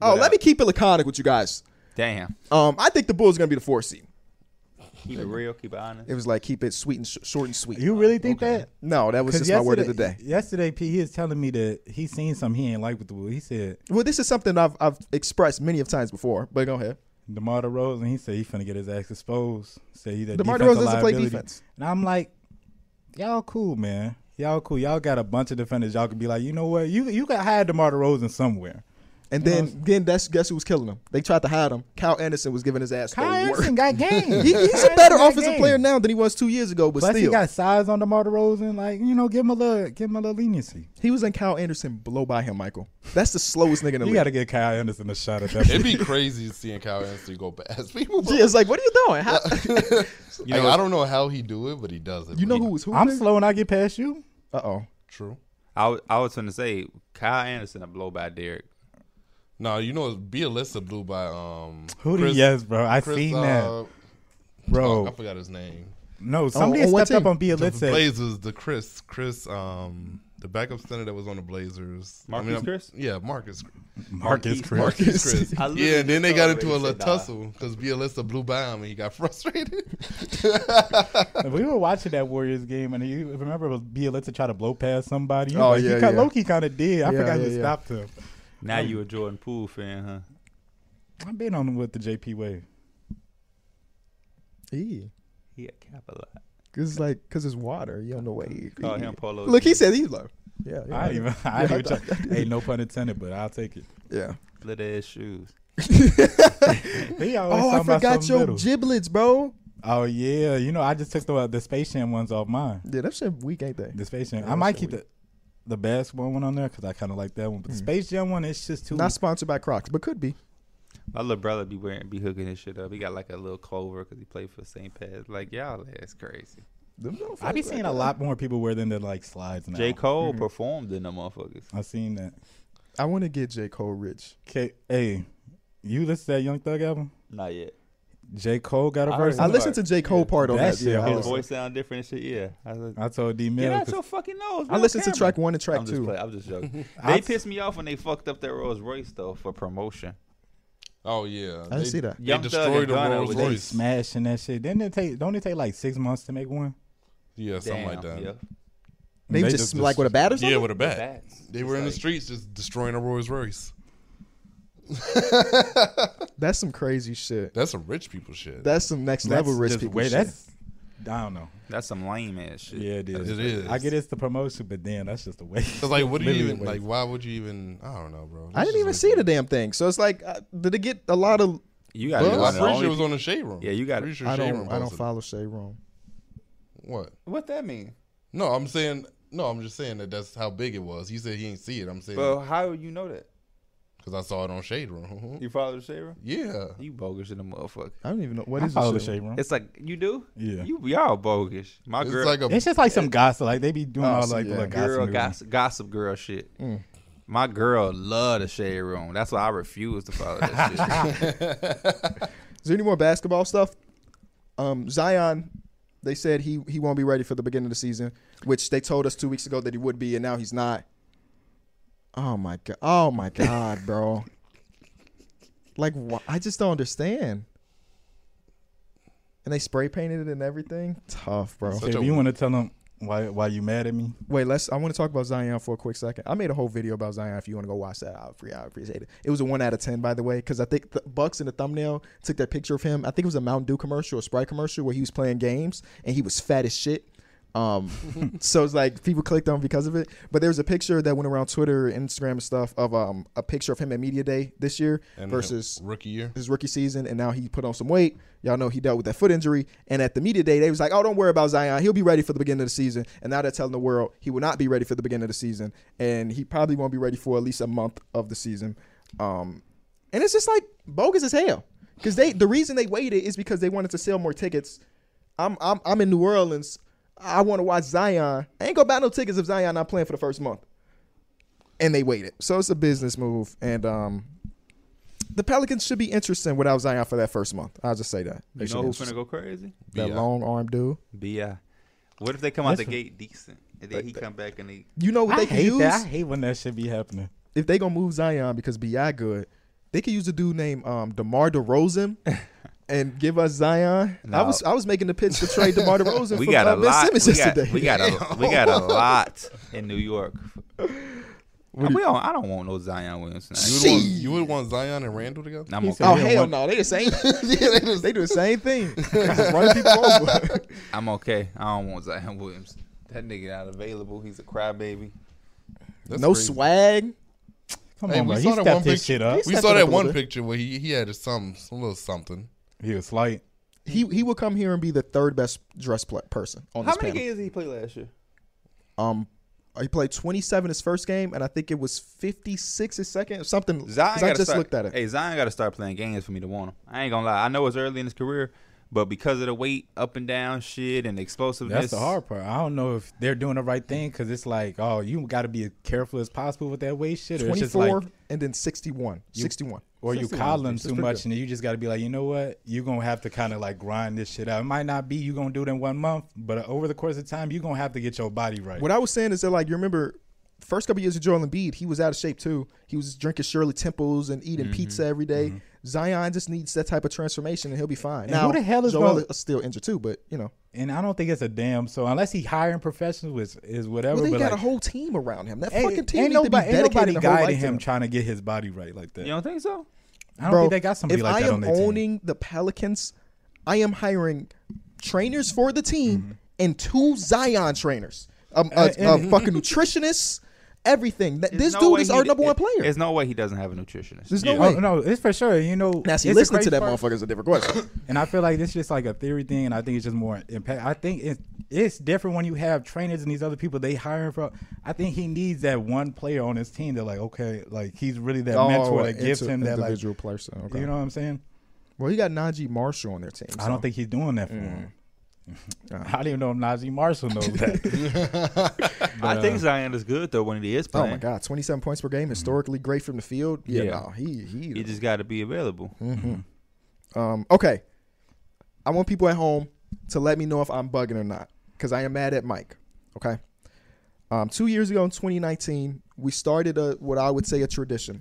A: Oh,
B: Without-
A: let me keep it laconic with you guys.
B: Damn.
A: Um, I think the Bulls are gonna be the four seed.
B: Keep it real. Keep it honest.
A: It was like keep it sweet and sh- short and sweet.
C: You really think that?
A: no, that was just my word of the day.
C: Yesterday, P, he was telling me that he seen something he ain't like with the Bulls. He said
A: Well, this is something I've I've expressed many of times before, but go ahead.
C: DeMar DeRozan, he said he finna get his ass exposed. Say he that
A: DeMar
C: defensive
A: DeRozan doesn't play
C: liability.
A: defense.
C: And I'm like, y'all cool, man. Y'all cool. Y'all got a bunch of defenders. Y'all could be like, you know what? You you got hide DeMar DeRozan somewhere.
A: And
C: You know
A: then
C: what
A: then that's guess who was killing him. They tried to hide him. Kyle Anderson was giving his ass the
C: Kyle Anderson
A: work.
C: got game.
A: He- he's a better offensive player now than he was two years ago, but
C: Plus he
A: still,
C: got size on DeMar DeRozan. Like you know, give him a little, give him a little leniency.
A: he was in Kyle Anderson blow by him, Michael. That's the slowest nigga in the
C: You
A: league.
C: got to give Kyle Anderson a shot at that.
D: It'd be crazy seeing Kyle Anthony go past people. bro.
A: Yeah, it's like, what are you doing? How-
D: Like, I don't know how he do it, but he does it.
A: you know
D: But
A: who
D: he-
A: was who?
C: I'm slow and I get past you.
A: Uh oh.
D: True.
B: I was, I was going to say Kyle Anderson a blow by Derek.
D: No, you know, be Alyssa blew by um.
C: Who do
D: Chris-
C: you? Yes, bro. I
D: Chris,
C: seen
D: uh,
C: that, bro.
D: I forgot his name.
C: no, somebody
A: on what
C: stepped up
A: team?
C: on
D: The
C: Bielitsa.
D: Blazers, the Chris, Chris, um, the backup center that was on the Blazers.
B: Marcus
D: I'm-
B: Chris?
D: Yeah, Marcus.
C: Marcus
B: Marquise
C: Chris.
D: Marcus Chris.
B: I literally
D: yeah, and then they got
B: just
D: into a
B: already
D: little
B: said, nah.
D: tussle because Bielitsa blew by him and he got frustrated.
C: we were watching that Warriors game, and you remember it was Bielitsa try to blow past somebody. You
A: Oh,
C: like,
A: yeah,
C: he kind,
A: yeah.
C: Loki kind of did. I
A: Yeah,
C: forgot
A: yeah,
C: who
A: yeah.
C: stopped him.
B: Now you a Jordan Poole fan, huh?
C: I've been on with the JP way.
A: E.
B: He a capitalized.
A: Cause it's like, cause it's water. You don't know what he.
B: Call him Polo.
A: Look,
B: G.
A: he said he's low. Yeah, yeah.
C: I ain't even. I ain't even try, hey, no pun intended, but I'll take it.
A: yeah.
B: Split ass shoes.
C: He always
A: Oh, I
C: talking about
A: forgot
C: something
A: your
C: little.
A: giblets, bro.
C: oh yeah, you know I just took the uh, the Space Jam ones off mine.
A: Yeah, that shit weak, ain't they?
C: The Space Jam.
A: Yeah,
C: I might
A: so
C: keep
A: we-
C: the the basketball one on there because I kind of like that one. But the Space Jam one, it's just too.
A: Hmm. Not sponsored by Crocs, but could be.
B: My little brother be wearing, be hooking his shit up. He got like a little clover because he played for St. Pat's. Like y'all, that's crazy.
A: Them don't
C: I be
A: fit
C: seeing
A: like
C: a
A: that.
C: lot more people wear them than like slides now.
B: J. Cole
A: Mm-hmm.
B: performed in them motherfuckers.
C: I've seen that.
A: I want to get J Cole rich.
C: Okay, hey, you listen to that Young Thug album?
B: Not yet.
C: J Cole got a
B: I
C: verse.
B: heard
A: I
C: on it.
A: listened to J Cole part on
C: That
A: that.
C: shit
A: Yeah, I
C: hard.
B: His
A: listened.
B: voice sound different and shit. Yeah. I was like,
C: I told D
B: get
C: Mill.
B: out your fucking nose.
A: I listened to track
B: one.
A: one and track
B: I'm just
A: two.
B: playing. I'm just joking.
C: I-
B: they pissed me off when they fucked up that Rolls Royce though for promotion.
D: oh yeah,
A: I didn't see that.
D: They
B: Young Thug
D: destroyed
B: and
D: the
B: Gunna
D: Rolls
B: was-
C: They
D: Royce.
C: smashing that shit. Didn't it take? Don't it take like six months to make one?
D: yeah, something like
B: Damn,
D: that.
B: yeah.
D: Yeah,
A: They,
C: They
A: just,
C: just-
A: like with a bat or something.
D: with a bat.
B: Bats.
D: They
B: It's
D: were in the
B: like-
D: streets just destroying a Rolls Royce.
A: That's some crazy shit.
D: That's some rich people shit.
A: That's some next level
C: That's
A: rich
C: just
A: people
C: way-
A: shit.
C: That's I don't know.
B: That's some lame ass shit.
C: Yeah, it is.
D: it is.
C: I get it's the promotion, but damn, that's just a waste.
D: Cause like, what do you
C: Literally
D: even
C: waste.
D: like? Why would you even? I don't know, bro.
A: I didn't even see the damn thing. So it's like, uh, did it get a lot of?
B: You got to
D: Well,
B: be
D: I'm
B: one of the
D: pretty sure
B: only
D: it was on the shade room.
B: Yeah, you gotta-
D: Pretty sure
A: I
D: Shade
A: don't.
D: Room
A: I don't
D: posted it.
A: follow Shay Room.
D: What?
B: What that mean?
D: No, I'm saying No, I'm just saying that that's how big it was. He said he ain't see it. I'm saying
B: But how you know that?
D: because I saw it on Shade Room.
B: You follow the shade room?
D: yeah.
B: You bogus in the motherfucker.
A: I don't even know what is
C: I follow
A: this
C: the
A: show?
C: shade room. It's,
B: It's like you do.
C: Yeah.
B: You y'all bogus. My
D: It's
B: girl.
D: like a
C: just like some eh, gossip. Like they be doing
A: Oh,
C: all
A: so
C: like
A: yeah.
C: little gossip.
B: girl
C: movies.
B: gossip, gossip girl shit. My girl love the shade room. That's why I refuse to follow that shit.
A: Is there any more basketball stuff? Um, Zion, they said he he won't be ready for the beginning of the season, which they told us two weeks ago that he would be, and now he's not. Oh my god! Oh my god, bro! Like wha- I just don't understand. And they spray painted it and everything. Tough, bro.
D: Such
C: If
D: a-
C: you want to tell them why why you mad at me,
A: Wait, let's. I want to talk about Zion for a quick second. I made a whole video about Zion. If you want to go watch that, I free. I appreciate it. It was a one out of ten, by the way, because I think the Bucks in the thumbnail took that picture of him. I think it was a Mountain Dew commercial, a Sprite commercial, where he was playing games and he was fat as shit. Um, so it's like people clicked on because of it. But there was a picture that went around Twitter, Instagram, and stuff of um a picture of him at media day this year
D: and
A: versus
D: rookie year.
A: his rookie season, and now he put on some weight. Y'all know he dealt with that foot injury, and at the media day, they was like, "Oh, don't worry about Zion; he'll be ready for the beginning of the season." And now they're telling the world he will not be ready for the beginning of the season, and he probably won't be ready for at least a month of the season. Um, and it's just like bogus as hell because they the reason they waited is because they wanted to sell more tickets. I'm I'm I'm in New Orleans. I want to watch Zion. I ain't gonna buy no tickets if Zion not playing for the first month. And they waited, so it's a business move, and um, the Pelicans should be interesting without Zion for that first month. I'll just say that. They
B: you
A: should
B: know
A: be
B: who's gonna
A: interesting.
B: go crazy?
A: that
D: B.I.
A: long arm dude.
B: Bi. What if they come out
C: That's
B: the
C: what-
B: gate decent and then he come back and he
A: You know what
C: I
A: they can
C: hate
A: use
C: that. I hate when that shit be happening.
A: if they gonna move Zion because Bi good. They could use a dude named um, Demar Derozan and give us Zion. I
B: No.
A: was I was making the pitch to trade Demar Derozan.
B: we
A: for,
B: got
A: uh,
B: a
A: Ben
B: lot.
A: Simmons
B: We
A: yesterday.
B: got, we got a we got a lot in New York.
A: What do
B: we don't, I don't want no Zion Williamson.
D: You would, want, you would want Zion and Randall together.
B: I'm
C: He
B: okay.
C: said-
A: Oh
C: We don't
A: hell
C: want-
A: no, they the same. they, do the same thing. Just running people over.
B: I'm okay. I don't want Zion Williams. That nigga not available. He's a crybaby.
D: That's
A: no
D: crazy.
A: swag.
C: Come
D: Hey,
C: on,
D: we
C: bro. He
D: saw that one
C: stepped his
D: picture.
C: shit up.
A: He's-
D: We
A: stepped
D: saw
A: it up
D: that
A: a
D: one
A: little bit.
D: picture where he, he had some some little something.
C: He was slight.
A: He he will come here and be the third best dressed pla- person on
B: How
A: this
B: many
A: panel.
B: games did he play last year?
A: Um, he played 27 his first game, and I think it was 56 his second, or something. 'cause
B: Zion
A: I
B: gotta
A: just
B: start-
A: looked at it.
B: Hey, Zion got to start playing games for me to want him. I ain't gonna lie. I know it's early in his career, but because of the weight, up and down shit, and explosiveness,
C: That's the hard part. I don't know if they're doing the right thing because it's like, oh, you got to be as careful as possible with that weight shit. Or it's just
A: 24
C: like,
A: and then 61. 61.
C: or you
A: 61,
C: coddling
A: that's
C: too
A: pretty
C: much,
A: good.
C: and you just got to be like, you know what? You're gonna have to kind of like grind this shit out. It might not be you gonna do it in one month, but uh, over the course of time, you are gonna have to get your body right.
A: What I was saying is that, like, you remember first couple years of Joel Embiid, he was out of shape too. He was drinking Shirley Temples and
C: Mm-hmm.
A: eating pizza every day. Zion just needs that type of transformation, and he'll be fine. now,
C: who the hell is
A: Joel
C: gonna-
A: is still injured too, but you know,
C: and I don't think it's a damn. So unless he hiring professionals, which is whatever.
A: well, they
C: but
A: got a
C: like,
A: whole team around him. That
C: ain't-
A: fucking team
C: ain't
A: needs
C: nobody,
A: to be
C: ain't
A: dedicated their
C: nobody
A: whole
C: guiding
A: life to
C: him
A: him.
C: trying to get his body right like that.
B: You don't think so?
C: I don't
A: Bro,
C: think they got somebody
A: if
C: like
A: I
C: that
A: am
C: on their team.
A: owning the Pelicans, I am hiring trainers for the team and two Zion trainers, um, a, a
C: And- Mm-hmm. Uh, and-
A: fucking nutritionist, everything. Th-
B: There's
A: This
B: no
A: dude
B: way
A: is
B: he
A: our
B: d-
A: number one
B: it-
A: player.
B: There's no way he doesn't have a nutritionist.
A: There's no
C: Oh,
A: way.
C: no, it's for sure. You know,
A: Now, see,
C: it's the
A: listening to
C: crazy
A: that
C: part-
A: motherfucker is a different question.
C: And I feel like this is just like a theory thing, and I think it's just more impact. I think it, it's different when you have trainers and these other people they hiring from. I think he needs that one player on his team that like, okay, like he's really that mentor that gives him that
A: Oh,
C: like,
A: individual person. Okay.
C: you know what I'm saying?
A: well, you got Najee Marshall on their team.
C: I don't think he's doing that for him. I don't even know if Najee Marshall knows that.
B: I think Zion is good though when he is
A: Oh
B: playing.
A: my God, twenty-seven points per
C: Mm-hmm.
A: game, historically great from the field. Yeah,
B: Yeah.
A: no, he he.
B: You just got to be available.
A: Hmm. Um, okay. I want people at home to let me know if I'm bugging or not because I am mad at Mike. Okay. Um, two years ago in 2019, we started a what I would say a tradition.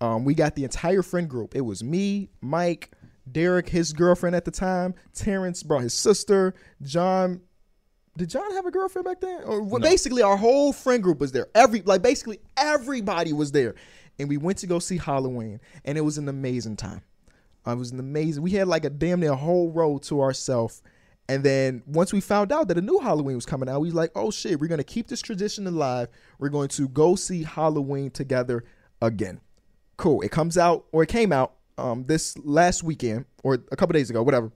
A: Um, we got the entire friend group. It was me, Mike, Derek, his girlfriend at the time, Terrence brought his sister, John. Did John have a girlfriend back then? Or well, basically, our whole friend group was there. Every like basically everybody was there, and we went to go see Halloween, and it was an amazing time. Uh, it was an amazing. We had like a damn near whole row to ourselves. And then once we found out that a new Halloween was coming out, we was like, oh shit, we're gonna keep this tradition alive. We're going to go see Halloween together again. Cool. It comes out or it came out um, this last weekend or a couple days ago, whatever.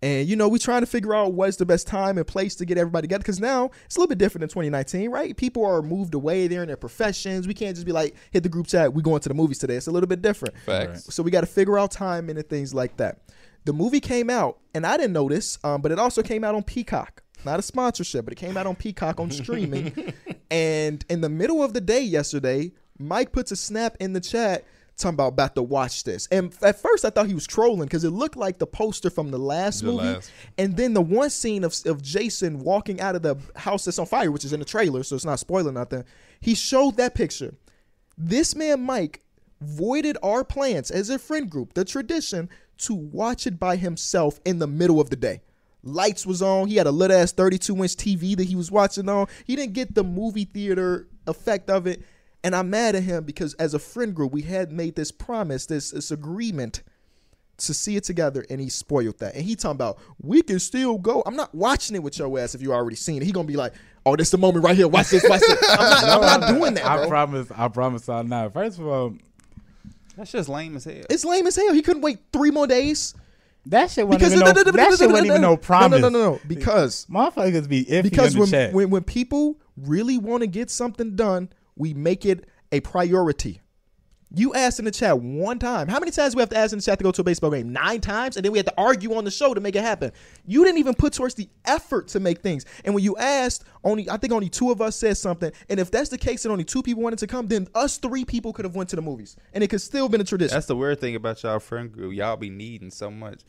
A: And you know, we're trying to figure out what's the best time and place to get everybody together because now it's a little bit different than 2019, right? People are moved away; they're in their professions. We can't just be like, hit the group chat, we going to the movies today. It's a little bit different.
B: Facts.
A: So we got to figure out timing and things like that. The movie came out, and I didn't notice, um, but it also came out on Peacock. Not a sponsorship, but it came out on Peacock on streaming. and in the middle of the day yesterday, Mike puts a snap in the chat talking about about to watch this. And f- at first, I thought he was trolling because it looked like the poster from the last
D: The
A: movie.
D: last.
A: And then the one scene of, of Jason walking out of the house that's on fire, which is in the trailer, so it's not spoiling nothing. He showed that picture this man Mike voided our plans as a friend group, the tradition to watch it by himself in the middle of the day. Lights was on. He had a little ass 32 inch TV that he was watching on. He didn't get the movie theater effect of it. And I'm mad at him because as a friend group, we had made this promise, this, this agreement to see it together, and he spoiled that. And he talking about we can still go. I'm not watching it with your ass if you already seen it. He gonna be like, oh, this the moment right here. Watch this, watch this. I'm not, I'm not doing that.
C: I
A: bro.
C: promise. I promise. I'll not. First of all,
B: That's just lame as hell.
A: It's lame as hell. He couldn't wait three more days
C: that shit wasn't
A: because
C: even
A: no,
C: no,
A: no, no, no, no,
C: that shit
A: no,
C: wasn't
A: no,
C: even no promise.
A: No, no, no, no. Because
C: Motherfuckers be iffy
A: because
C: in the
A: when,
C: chat.
A: when when people really want to get something done, we make it a priority. You asked in the chat one time. How many times do we have to ask in the chat to go to a baseball game? Nine times, and then we had to argue on the show to make it happen. You didn't even put towards the effort to make things. And when you asked, only I think only two of us said something. And if that's the case, and only two people wanted to come, then us three people could have went to the movies, and it could still been a tradition.
B: That's the weird thing about y'all friend group. Y'all be needing so much.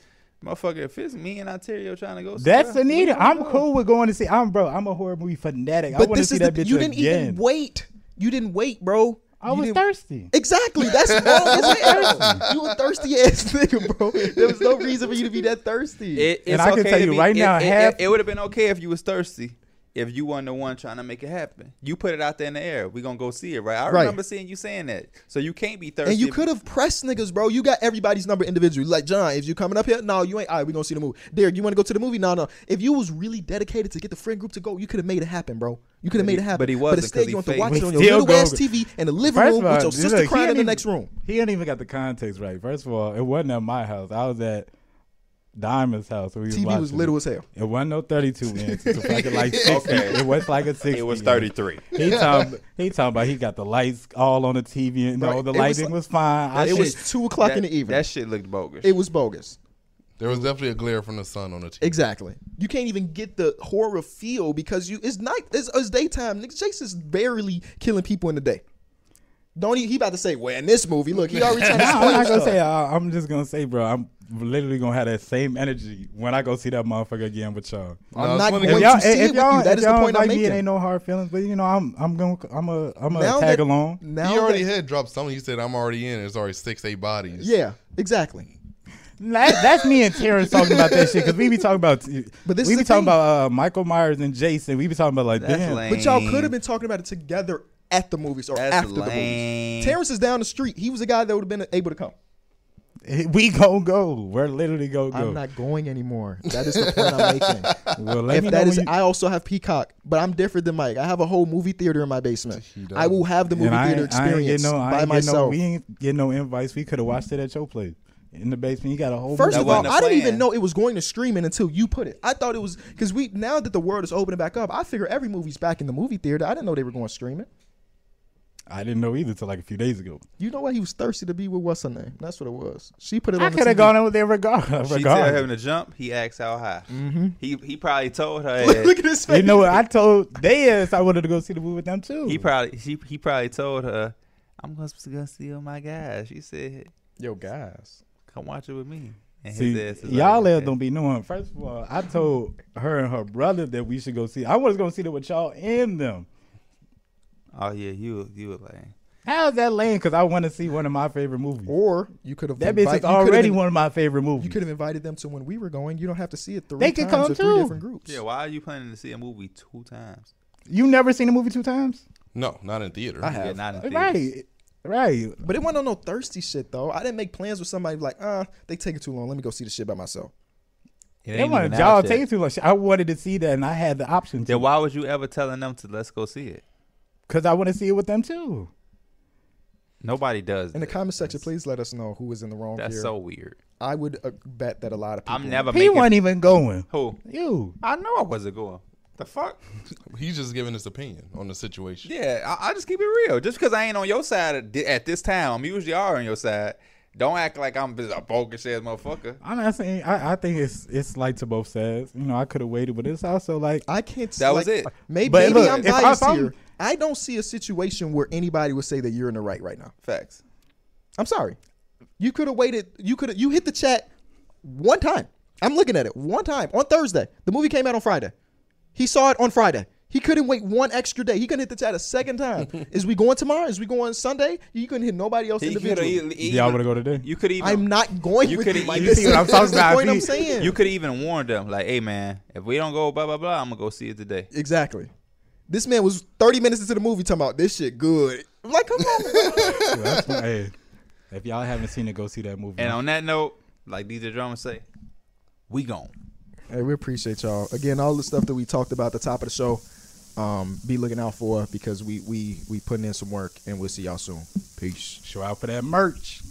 B: Motherfucker, if it's me and Ontario trying to go,
C: That's
B: somewhere, we
C: Anita.
B: gonna
C: I'm
B: go.
C: cool with going to see. I'm bro. I'm a horror movie fanatic. I
A: But
C: want to
A: this
C: see
A: is the
C: that
A: thing.
C: bitch
A: you didn't
C: again.
A: even wait. You didn't wait, bro.
C: I
A: You
C: was
A: didn't-
C: thirsty.
A: Exactly. That's wrong as hell. You a thirsty ass nigga, bro. There was no reason for you to be that thirsty.
B: It, it's
C: And I can
B: okay
C: tell
B: to
C: you
B: be-
C: right
B: it-
C: now,
B: it,
C: half-
B: would have been okay if you was thirsty. If you weren't the one trying to make it happen, you put it out there in the air. We gonna go see it, right? I
A: Right.
B: remember seeing you saying that. So you can't be thirsty.
A: and you
B: if-
A: could have pressed niggas, bro. You got everybody's number individually. Like John, if you coming up here, no, you ain't. All right, we gonna see the movie. Derek, you want to go to the movie? No, no. If you was really dedicated to get the friend group to go, you could have made it happen, bro. You could have made it happen.
B: but he wasn't 'cause
A: instead,
B: he
A: you want to
B: faked.
A: watch
C: We
A: it on your
C: still
A: little
C: go-
A: ass TV in the living room with your sister
C: look, he
A: crying in
C: ain't
A: the
C: even-
A: next room.
C: He didn't even got the context right. First of all, it wasn't at my house. I was at Diamond's house. where we was
A: TV was
C: watching
A: little
C: it.
A: as hell.
C: It wasn't no 32 inch. It was fucking like 60.
B: Okay.
C: It was like a 60.
B: it was thirty three.
C: He talking, he talking about he got the lights all on the TV. and No,
A: Right.
C: the
A: It was
C: lighting
A: like-
C: was, fine. I
A: It
C: shit-
A: was two o'clock in the evening.
B: That shit looked bogus.
A: It was bogus.
D: There was definitely a glare from the sun on the TV.
A: Exactly. You can't even get the horror feel because you it's night it's, it's daytime. Nick Chase is barely killing people in the day. Don't e, he, he about to say, well, in this movie, look, he already trying to
C: Nah,
A: spoil
C: I'm not gonna
A: stuff.
C: say. I, I'm just gonna say, bro. I'm literally gonna have that same energy when I go see that motherfucker again with y'all.
A: I'm
D: No,
A: not
D: it's
A: going
D: funny.
A: to
D: If
A: see
C: y'all,
A: it with you. That
C: if
A: is the
C: y'all
A: point
C: like
A: I'm
C: me,
A: making.
C: it ain't no hard feelings. But you know, I'm I'm gonna I'm a I'm a
A: now
C: tag
A: that,
C: along.
A: Now
D: he already
A: that,
D: had dropped something. He said, "I'm already in." It's already six, eight bodies.
A: Yeah, exactly.
C: That, that's me and Terrence talking about that shit because we be talking about,
A: But this
C: we
A: is the
C: be
A: thing.
C: talking about uh, Michael Myers and Jason. We be talking about like,
B: That's
C: damn,
B: lame.
A: But y'all could have been talking about it together at the movies or
B: That's
A: after the
B: lame.
A: movies. Terrence is down the street. He was a guy that would have been able to come.
C: we gon' go. We're literally gon' go.
A: I'm not going anymore. That is the point I'm making.
C: well, let me
A: if that
C: know
A: is,
C: when you-
A: I also have Peacock, but I'm different than Mike. I have a whole movie theater in my basement.
D: does.
A: I will have the movie
C: and I
A: theater
C: ain't- I ain't
A: experience
C: get no, I
A: by
C: ain't get No,
A: myself.
C: we ain't get no invites. We could have watched it at your place in the basement. You got a whole.
A: First
B: That
A: of all,
B: wasn't a
A: I didn't
B: plan.
A: even know it was going to streaming until you put it. I thought it was because we now that the world is opening back up, I figure every movie's back in the movie theater. I didn't know they were going streaming.
C: I didn't know either till like a few days ago.
A: You know what? He was thirsty to be with what's her name. That's what it was. She put it.
C: I
A: on the
C: could have
A: TV.
C: gone over there regardless.
B: she tell him to jump. He asked how high. He he probably told her.
A: Mm-hmm. Look at his face.
C: You know what? I told Dez I wanted to go see the movie with them too.
B: he probably she he probably told her, "I'm gonna go see all my guys." She said,
A: Yo, guys.
B: "Come watch it with me." And his
C: See,
B: ass is
C: y'all
B: like,
C: ass
B: "Okay."
C: don't be knowing. First of all, I told her and her brother that we should go see. I was gonna see that with y'all and them.
B: Oh yeah, you you were like.
C: How's that lame? Because I want to see one of my favorite movies.
A: Or you could have.
C: that bitch is already one of my favorite
A: You could
C: movies.
A: have invited them to when we were going. You don't have to see it three
C: They could
A: times
C: come
A: or three
C: too.
A: different groups.
B: Yeah, why are you planning to see a movie two times?
C: You never seen the movie two times?
D: No, not in theater.
A: I have.
B: Yeah, not in theaters.
C: Right, right.
A: But it wasn't on no thirsty shit though. I didn't make plans with somebody like, uh, they taking too long. Let me go see the shit by myself.
B: It ain't
C: That one,
B: even
C: y'all
B: out yet.
C: take too much. I wanted to see that, and I had the option
B: Then
C: to
B: why would you ever telling them to let's go see it?
C: because I want to see it with them too.
B: Nobody does.
A: In the
B: that.
A: comment section, please let us know who was in the wrong
B: That's
A: here.
B: so weird.
A: I would uh, bet that a lot of people.
B: I'm never
C: He
B: making.
C: wasn't even going.
B: Who?
C: You.
B: I know I wasn't going. The fuck?
D: He's just giving his opinion on the situation.
B: Yeah, I, I just keep it real. Just because I ain't on your side at, thi- at this time, I'm usually are on your side. Don't act like I'm just a bogus ass motherfucker.
C: I'm not saying. I, I think it's it's like to both sides. You know, I could have waited, but it's also like
A: I can't. s-
B: That was
A: like,
B: it.
A: Maybe,
C: But
A: maybe
C: look,
A: I'm
C: if I-
A: biased
C: if I'm-
A: here. I don't see a situation where anybody would say that you're in the right right now.
B: Facts.
A: I'm sorry. You could have waited. You could have. You hit the chat one time. I'm looking at it one time on Thursday. The movie came out on Friday. He saw it on Friday. He couldn't wait one extra day. He couldn't hit the chat a second time. Is we going tomorrow? Is we going Sunday? You couldn't hit nobody else
B: He could
A: individually.
C: y'all would have go today.
B: You could even.
A: I'm not going
B: You
A: with
B: coulda-
A: you. Like,
B: you
A: this
C: see what I'm
A: is-
C: talking
A: this is the
C: about.
A: point I'm
C: He-
A: saying.
B: You could even warn them, like, "Hey, man, if we don't go, blah blah blah, I'm gonna go see it today."
A: exactly. This man was 30 minutes into the movie talking about this shit good. I'm like, come on.
C: That's why- hey, if y'all haven't seen it, go see that movie.
B: And on that note, like DJ Drama say, we gone.
A: Hey, we appreciate y'all. Again, all the stuff that we talked about at the top of the show, um, be looking out for because we we we putting in some work and we'll see y'all soon. Peace.
C: Show out for that merch.